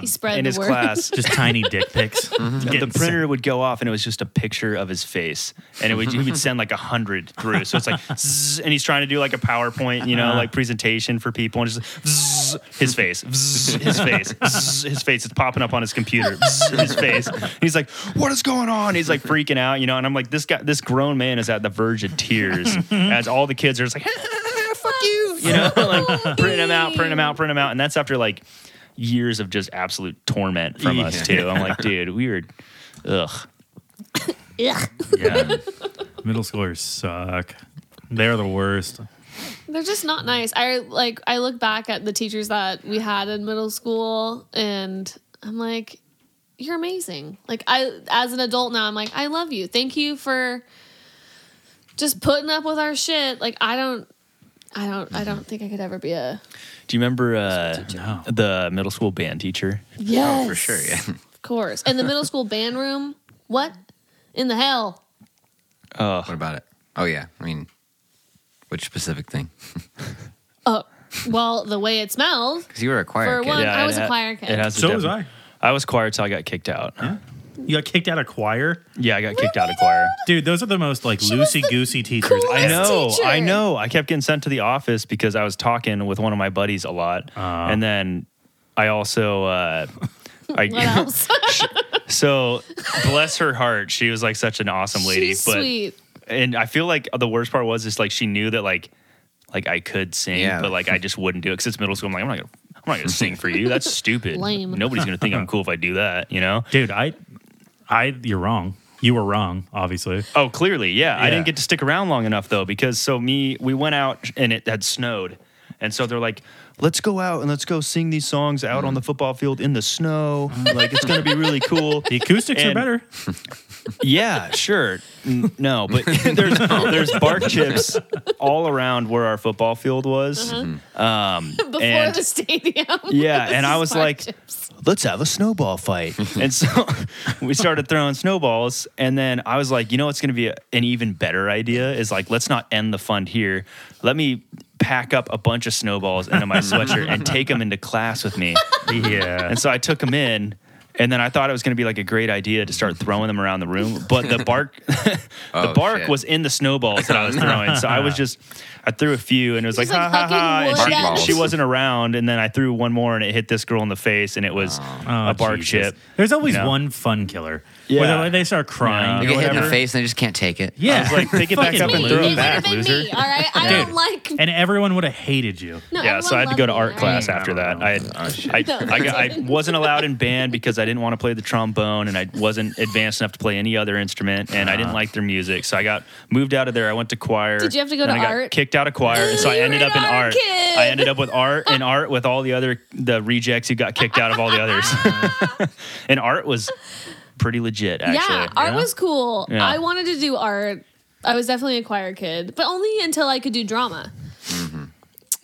S4: he spread
S3: in
S4: the
S3: his
S4: word.
S3: class.
S1: just
S3: (laughs)
S1: tiny dick pics.
S3: Mm-hmm. The
S1: Getting
S3: printer would go off, and it was just a picture of his face, and it would he would send like a hundred through. So it's like, zzz, and he's trying to do like a PowerPoint, you know, like presentation for people, and just zzz, his face, zzz, his face, zzz, his face. It's popping up on his computer, zzz, his face. And he's like, "What is going on?" He's like freaking out, you know. And I'm like, this guy, this grown man is at the verge of tears as all the kids are just like,
S4: Fuck you.
S3: you know, (laughs) like print them out, print them out, print them out, and that's after like years of just absolute torment from us
S1: Yeah.
S3: too. I'm like, dude, we were, ugh.
S4: Ugh. (laughs)
S1: Yeah. Middle schoolers suck. They're the worst.
S4: They're just not nice. I like I look back at the teachers that we had in middle school and I'm like you're amazing. Like I as an adult now I'm like I love you. Thank you for just putting up with our shit. Like I don't I don't I don't think I could ever be a
S3: Do you remember uh,
S1: No.
S3: the middle school band teacher?
S4: Yes.
S3: Oh,
S2: For sure,
S3: (laughs)
S2: yeah.
S4: Of course. And the middle school band room. What in the hell?
S2: What about it? Oh yeah, I mean, which specific thing?
S4: Oh, well, the way it smelled.
S2: Because you were a choir
S4: For
S2: kid.
S4: one- I
S3: it
S4: was a
S3: ha-
S4: choir kid.
S3: It has a
S1: So was I.
S3: different- I was choir till I got kicked out. Yeah,
S1: You got kicked out of choir,
S3: I got kicked out of choir.
S1: dude. Those are the most like
S4: was the
S1: loosey goosey teachers.
S4: coolest-
S1: I-
S3: I
S4: Yes,
S3: know,
S4: teacher.
S3: I know. I kept getting sent to the office because I was talking with one of my buddies a lot, and then I also, uh, I (laughs)
S4: What else?
S3: so bless her heart, she was like such an awesome lady,
S4: (laughs) She's
S3: but
S4: sweet.
S3: and I feel like the worst part was just like she knew that like like I could sing,
S2: Yeah.
S3: but like I just wouldn't do it because it's middle school. I'm like I'm not gonna I'm not gonna sing for you. That's stupid.
S4: Lame.
S3: Nobody's gonna think I'm cool if I do that. You know.
S1: dude. I, I, you're wrong. You were wrong, obviously.
S3: Oh, clearly, yeah. I
S1: Yeah.
S3: didn't get to stick around long enough though, because so me, we went out and it had snowed, and so they're like, "Let's go out and let's go sing these songs out on the football field in the snow. like it's gonna be really cool."
S1: The acoustics are
S3: And-
S1: better.
S3: yeah, sure. N- no, but there's there's bark chips all around where our football field was. Um,
S4: Uh-huh. (laughs) before
S3: and-
S4: the stadium.
S3: (laughs) Yeah,
S4: This
S3: and I
S4: is
S3: was
S4: smart
S3: like,
S4: chips.
S3: let's have a snowball fight. and so (laughs) we started throwing snowballs. And then I was like, you know what's going to be a- an even better idea is like, let's not end the fund here. Let me pack up a bunch of snowballs into my sweatshirt and take them into class with me.
S1: Yeah.
S3: And so I took them in. And then I thought it was going to be like a great idea to start throwing them around the room, but the bark, (laughs) the
S2: Oh,
S3: bark
S2: shit.
S3: was in the snowballs that I was throwing. So I was just, I threw a few, and it was
S4: Just,
S3: like,
S4: like,
S3: ha ha ha,
S4: hucking
S3: and
S4: wood
S3: she-
S2: at it.
S3: she, wasn't around. And then I threw one more, and it hit this girl in the face, and it
S1: (laughs)
S3: was
S1: Oh,
S3: a bark
S1: Jesus.
S3: chip.
S1: There's always
S3: No.
S1: one fun killer.
S3: Yeah.
S1: Whether like, they start crying.
S2: They
S1: or
S2: get hit in the
S1: whatever.
S2: face and they just can't take it.
S1: Yeah.
S3: I was like, pick it back
S1: Fucking (laughs)
S3: up and
S1: loser.
S3: throw
S4: it
S3: it
S4: would have
S3: back,
S4: been
S3: loser.
S4: me. All right, I
S1: Dude.
S4: don't like.
S1: And everyone would have hated you.
S4: No,
S3: Yeah, so I had to go to art class
S1: right?
S3: after that.
S1: No,
S3: I,
S2: Oh,
S4: (laughs)
S3: I,
S4: No,
S3: I, got- I
S4: didn't.
S3: wasn't allowed in band because I didn't want to play the trombone and I wasn't advanced enough to play any other instrument and I
S2: Uh-huh.
S3: didn't like their music. So I got moved out of there. I went to choir.
S4: Did you have to go
S3: then
S4: to
S3: I got
S4: art? Oh,
S3: Kicked out of choir, and so I
S4: You were
S3: ended
S4: an
S3: up in
S4: art
S3: art.
S4: kid.
S3: I ended up with art
S4: (laughs)
S3: and art with all the other the rejects who got kicked out of all the others. (laughs) and art was pretty legit, actually.
S4: yeah, art was cool.
S3: Yeah.
S4: I wanted to do art. I was definitely a choir kid, but only until I could do drama.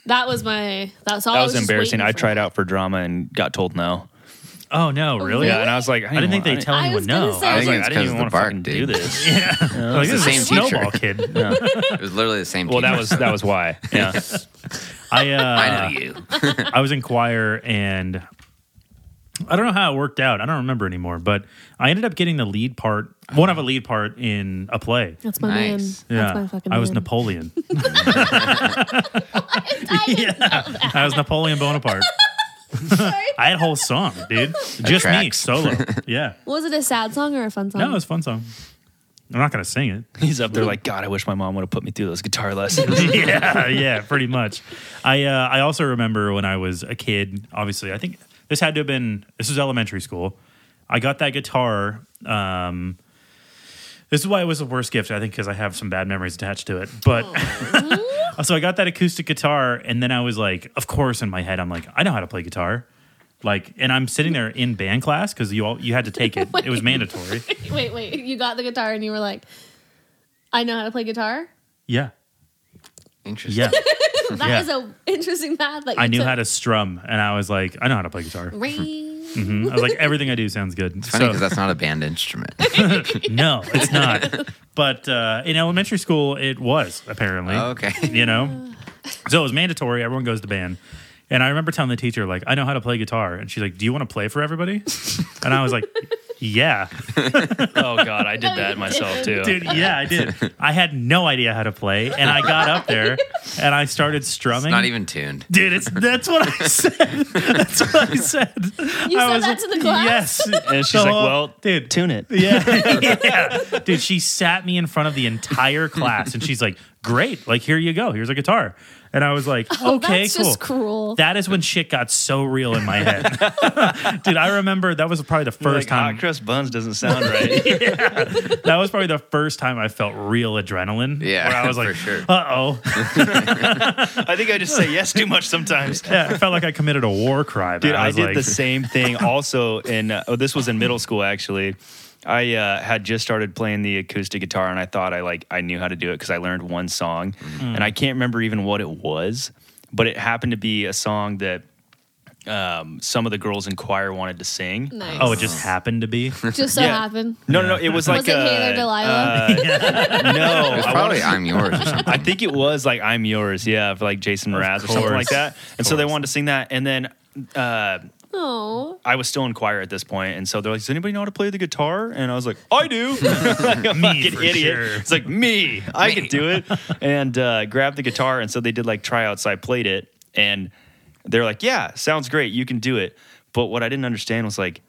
S4: That was my. That's all.
S3: Mm-hmm. that
S4: I
S3: was,
S4: just
S3: embarrassing.
S4: waiting
S3: I
S4: for.
S3: tried out for drama and got told no.
S1: Oh, no, really?
S3: Yeah, and I was like, I,
S1: I didn't think they
S3: want-
S1: tell
S4: I
S1: anyone
S4: was gonna
S1: no.
S4: say-
S3: I
S4: I
S3: was
S4: think
S3: like,
S2: it's
S3: I didn't
S2: 'cause
S3: even
S2: of
S3: want
S2: the
S3: to
S2: bark,
S3: fucking do
S2: dude.
S1: Like,
S3: this.
S1: this
S2: the
S1: is a
S2: same
S1: snowball kid.
S2: It was literally the same.
S3: Well, that
S2: teacher. (laughs)
S3: was that was (laughs) why. Yeah.
S1: I, uh,
S2: I know you.
S3: (laughs)
S1: I was in choir and I don't know how it worked out. I don't remember anymore, but I ended up getting the lead part, one of a lead part in a play.
S4: That's my
S2: Nice.
S4: man.
S1: Yeah.
S4: That's my fucking.
S1: I was
S4: (laughs) man.
S1: Napoleon.
S4: I didn't
S1: I was Napoleon Bonaparte. I had a whole song, dude. Just me,
S2: tracks.
S1: solo. Yeah.
S4: Was it a sad song or a fun song?
S1: No, it was a fun song. I'm not going to sing it.
S3: He's up there like, God, I wish my mom would have put me through those guitar lessons.
S1: (laughs) yeah, yeah, pretty much. I uh, I also remember when I was a kid. Obviously, I think this had to have been this was elementary school. I got that guitar. Um, this is why it was the worst gift, I think, because I have some bad memories attached to it. But (laughs) so I got that acoustic guitar, and then I was like, of course, in my head, I'm like, I know how to play guitar. Like, and I'm sitting there in band class because you all you had to take it. It was mandatory.
S4: wait, wait. (laughs) You got the guitar and you were like, I know how to play guitar.
S1: Yeah,
S2: Interesting.
S1: yeah. Hmm. Yeah.
S4: That is a interesting math. That you
S1: I knew
S4: took.
S1: how to strum, and I was like, I know how to play guitar.
S4: (laughs) Ring.
S1: Mhm. I was like, everything I do sounds good.
S2: It's funny
S1: So-
S2: because that's not a band
S3: (laughs)
S2: instrument.
S1: (laughs) no, it's
S2: (laughs)
S1: not. but uh, in elementary school, it was apparently.
S2: okay.
S1: You know, so it was mandatory. Everyone goes to band. And I remember telling the teacher, like, I know how to play guitar. And she's like, Do you want to play for everybody? And I was like,
S2: (laughs)
S1: Yeah.
S3: (laughs) oh God, I did that myself too.
S1: Dude, yeah, I did. I had no idea how to play. And I got up there and I started strumming.
S2: It's not even tuned.
S1: Dude, it's that's what I said. (laughs) That's what I said. You
S4: You said that to the class.
S1: Yes.
S4: (laughs)
S3: And she's
S1: The
S3: like,
S1: whole-
S3: Well,
S1: dude,
S3: tune it.
S1: Yeah. (laughs) yeah. Dude, she sat me in front of the entire class and she's like, great. Like, here you go. Here's a guitar. And I was like,
S4: Oh,
S1: okay,
S4: that's
S1: cool.
S4: just cruel.
S1: That is when shit got so real in my head. (laughs) Dude, I remember that was probably the first
S3: Like,
S1: time.
S3: Hot crust "Ah, buns doesn't
S1: (laughs)
S3: sound right.
S1: That was probably the first time I felt real adrenaline.
S2: Yeah,
S1: Where I was
S2: for
S1: like,
S2: sure.
S1: uh oh.
S3: (laughs) I think I just say yes too much sometimes.
S1: Yeah, I felt like I committed a war crime.
S3: Dude, I,
S1: was
S3: did
S1: like,
S3: the same thing also in uh, oh, this was in middle school actually. I uh, had just started playing the acoustic guitar and I thought I like I knew how to do it because I learned one song and I can't remember even what it was, but it happened to be a song that um, some of the girls in choir wanted to sing.
S4: Nice.
S1: Oh, it just happened to be.
S4: just so
S3: yeah.
S4: happened.
S3: No, no, no. It was like
S4: was it
S3: uh,
S4: Taylor Delilah?
S3: no,
S2: It's
S3: I
S2: probably
S3: wanna-
S2: I'm yours or something.
S3: (laughs) I think it was like "I'm Yours," yeah, for like Jason Mraz or something
S1: course.
S3: like that. And so they
S1: course.
S3: wanted to sing that, and then uh,
S4: (laughs) oh,
S3: I was still in choir at this point, and so they're like, "Does anybody know how to play the guitar?" And I was like, "I do."
S1: (laughs)
S3: (laughs) like a
S1: Me,
S3: fucking
S1: for
S3: idiot.
S1: sure.
S3: It's like me, I could
S1: (laughs)
S3: do it, and uh, grabbed the guitar, and so they did like tryouts. I played it, and they're like, "Yeah, sounds great. You can do it." But what I didn't understand was like,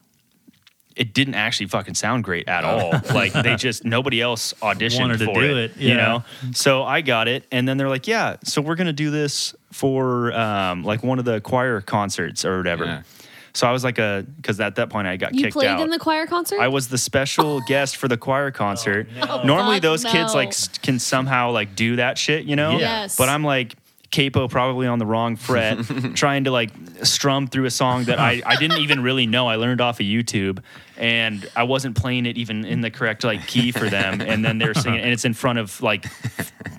S3: it didn't actually fucking sound great at all. like
S1: (laughs)
S3: they just nobody else auditioned
S1: Oh. Wanted to
S3: for
S1: do
S3: it,
S1: it,
S3: you
S1: yeah.
S3: know. So I got it, and then they're like, "Yeah, so we're gonna do this for um, like one of the choir concerts or whatever."
S2: Yeah.
S3: So I was like a because at that point I got
S4: You
S3: kicked
S4: played
S3: out.
S4: in the choir concert?
S3: I was the
S4: (laughs)
S3: special guest for the
S1: Oh,
S3: choir concert. Normally
S4: Fuck
S3: those kids
S4: no.
S3: like s- can somehow like do that shit, you know?
S1: Yeah.
S4: Yes.
S3: But I'm like capo probably on the
S1: (laughs)
S3: wrong fret trying to like strum through a song that I, I didn't even really know i learned off of youtube and i wasn't playing it even in the correct like key for them and then they're singing and it's in front of like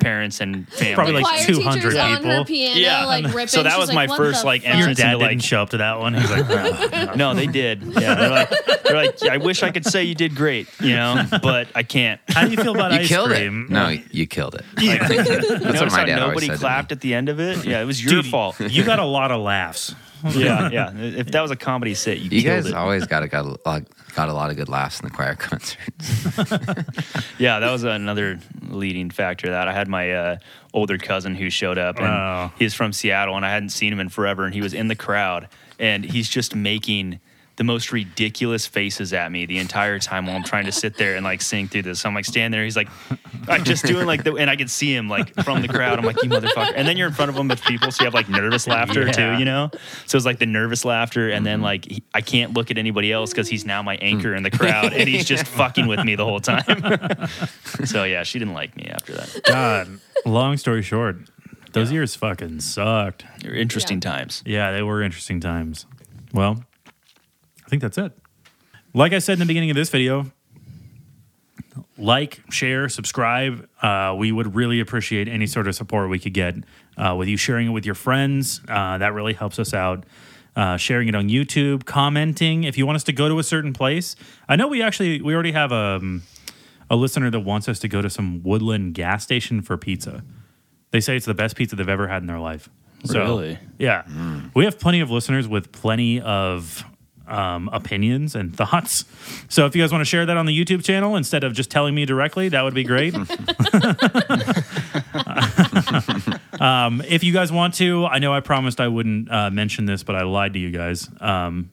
S3: parents and family
S1: Probably,
S4: the
S1: like,
S4: choir
S1: 200
S4: teacher's on her
S1: people.
S4: piano,
S3: Yeah.
S1: (laughs)
S4: like ripping.
S3: So that
S4: She's
S3: was my
S4: "What
S3: first,
S4: the
S3: like,
S4: fuck?"
S1: Your
S3: entrance
S1: dad
S3: into, like-
S1: didn't show up to that one. He's like,
S3: no they did yeah they're like, they're like i wish i could say you did great
S1: (laughs)
S3: you know but i can't
S1: how do you feel about
S2: You
S1: ice
S2: killed
S1: cream?
S2: it. No, you killed
S3: (laughs)
S2: it.
S1: Yeah.
S2: That's what
S3: Notice
S2: my
S3: how
S2: dad always
S3: nobody
S2: said. to me.
S3: clapped at the end of it yeah it
S2: (laughs)
S3: was your
S1: Dude,
S3: fault
S1: You got a lot of laughs.
S3: yeah, yeah. If that was a comedy set, you,
S2: You
S3: killed
S2: guys
S3: it.
S2: always got a, got, a, lot- got a lot of good laughs in the choir concerts.
S3: Yeah, that was another leading factor. That I had my uh, older cousin who showed up, and
S1: Wow.
S3: he's from Seattle, and I hadn't seen him in forever, and he was in the crowd, and he's just making the most ridiculous faces at me the entire time while I'm trying to sit there and like sing through this. So I'm like standing there, he's like, I'm just doing like the, and I could see him like from the crowd. I'm like, you motherfucker. And then you're in front of him with people, so you have like nervous laughter
S1: Yeah.
S3: too, you know? So it's like the nervous laughter, and then like he, I can't look at anybody else because he's now my anchor in the crowd, and he's (laughs) just fucking with me the whole time. (laughs) so yeah, she didn't like me after that.
S1: God. Long story short, those years fucking sucked.
S3: They were interesting
S4: Yeah.
S3: times.
S1: Yeah, they were interesting times. Well, I think that's it. Like I said in the beginning of this video, like, share, subscribe. Uh, we would really appreciate any sort of support we could get uh, with you sharing it with your friends. Uh, that really helps us out. Uh, sharing it on YouTube, commenting. If you want us to go to a certain place, I know we actually we already have um, a listener that wants us to go to some woodland gas station for pizza. They say it's the best pizza they've ever had in their life. So,
S3: Really?
S1: Yeah. We have plenty of listeners with plenty of um, opinions and thoughts. So if you guys want to share that on the YouTube channel instead of just telling me directly, that would be great. um, if you guys want to, I know I promised I wouldn't uh, mention this, but I lied to you guys. Um,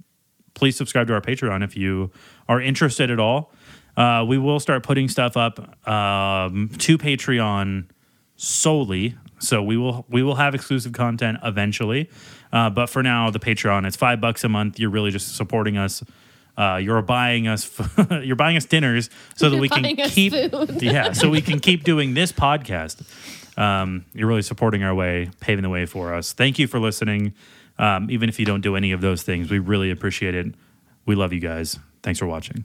S1: please subscribe to our Patreon if you are interested at all. Uh, we will start putting stuff up um, to Patreon solely. So we will we will have exclusive content eventually, uh, but for now the Patreon it's five bucks a month. You're really just supporting us. Uh, you're buying us (laughs) you're buying us dinners so that
S4: You're
S1: we can
S4: buying us
S1: keep (laughs)
S4: food.
S1: yeah so we can
S4: (laughs)
S1: keep doing this podcast. Um, you're really supporting our way, paving the way for us. Thank you for listening. Um, even if you don't do any of those things, we really appreciate it. We love you guys. Thanks for watching.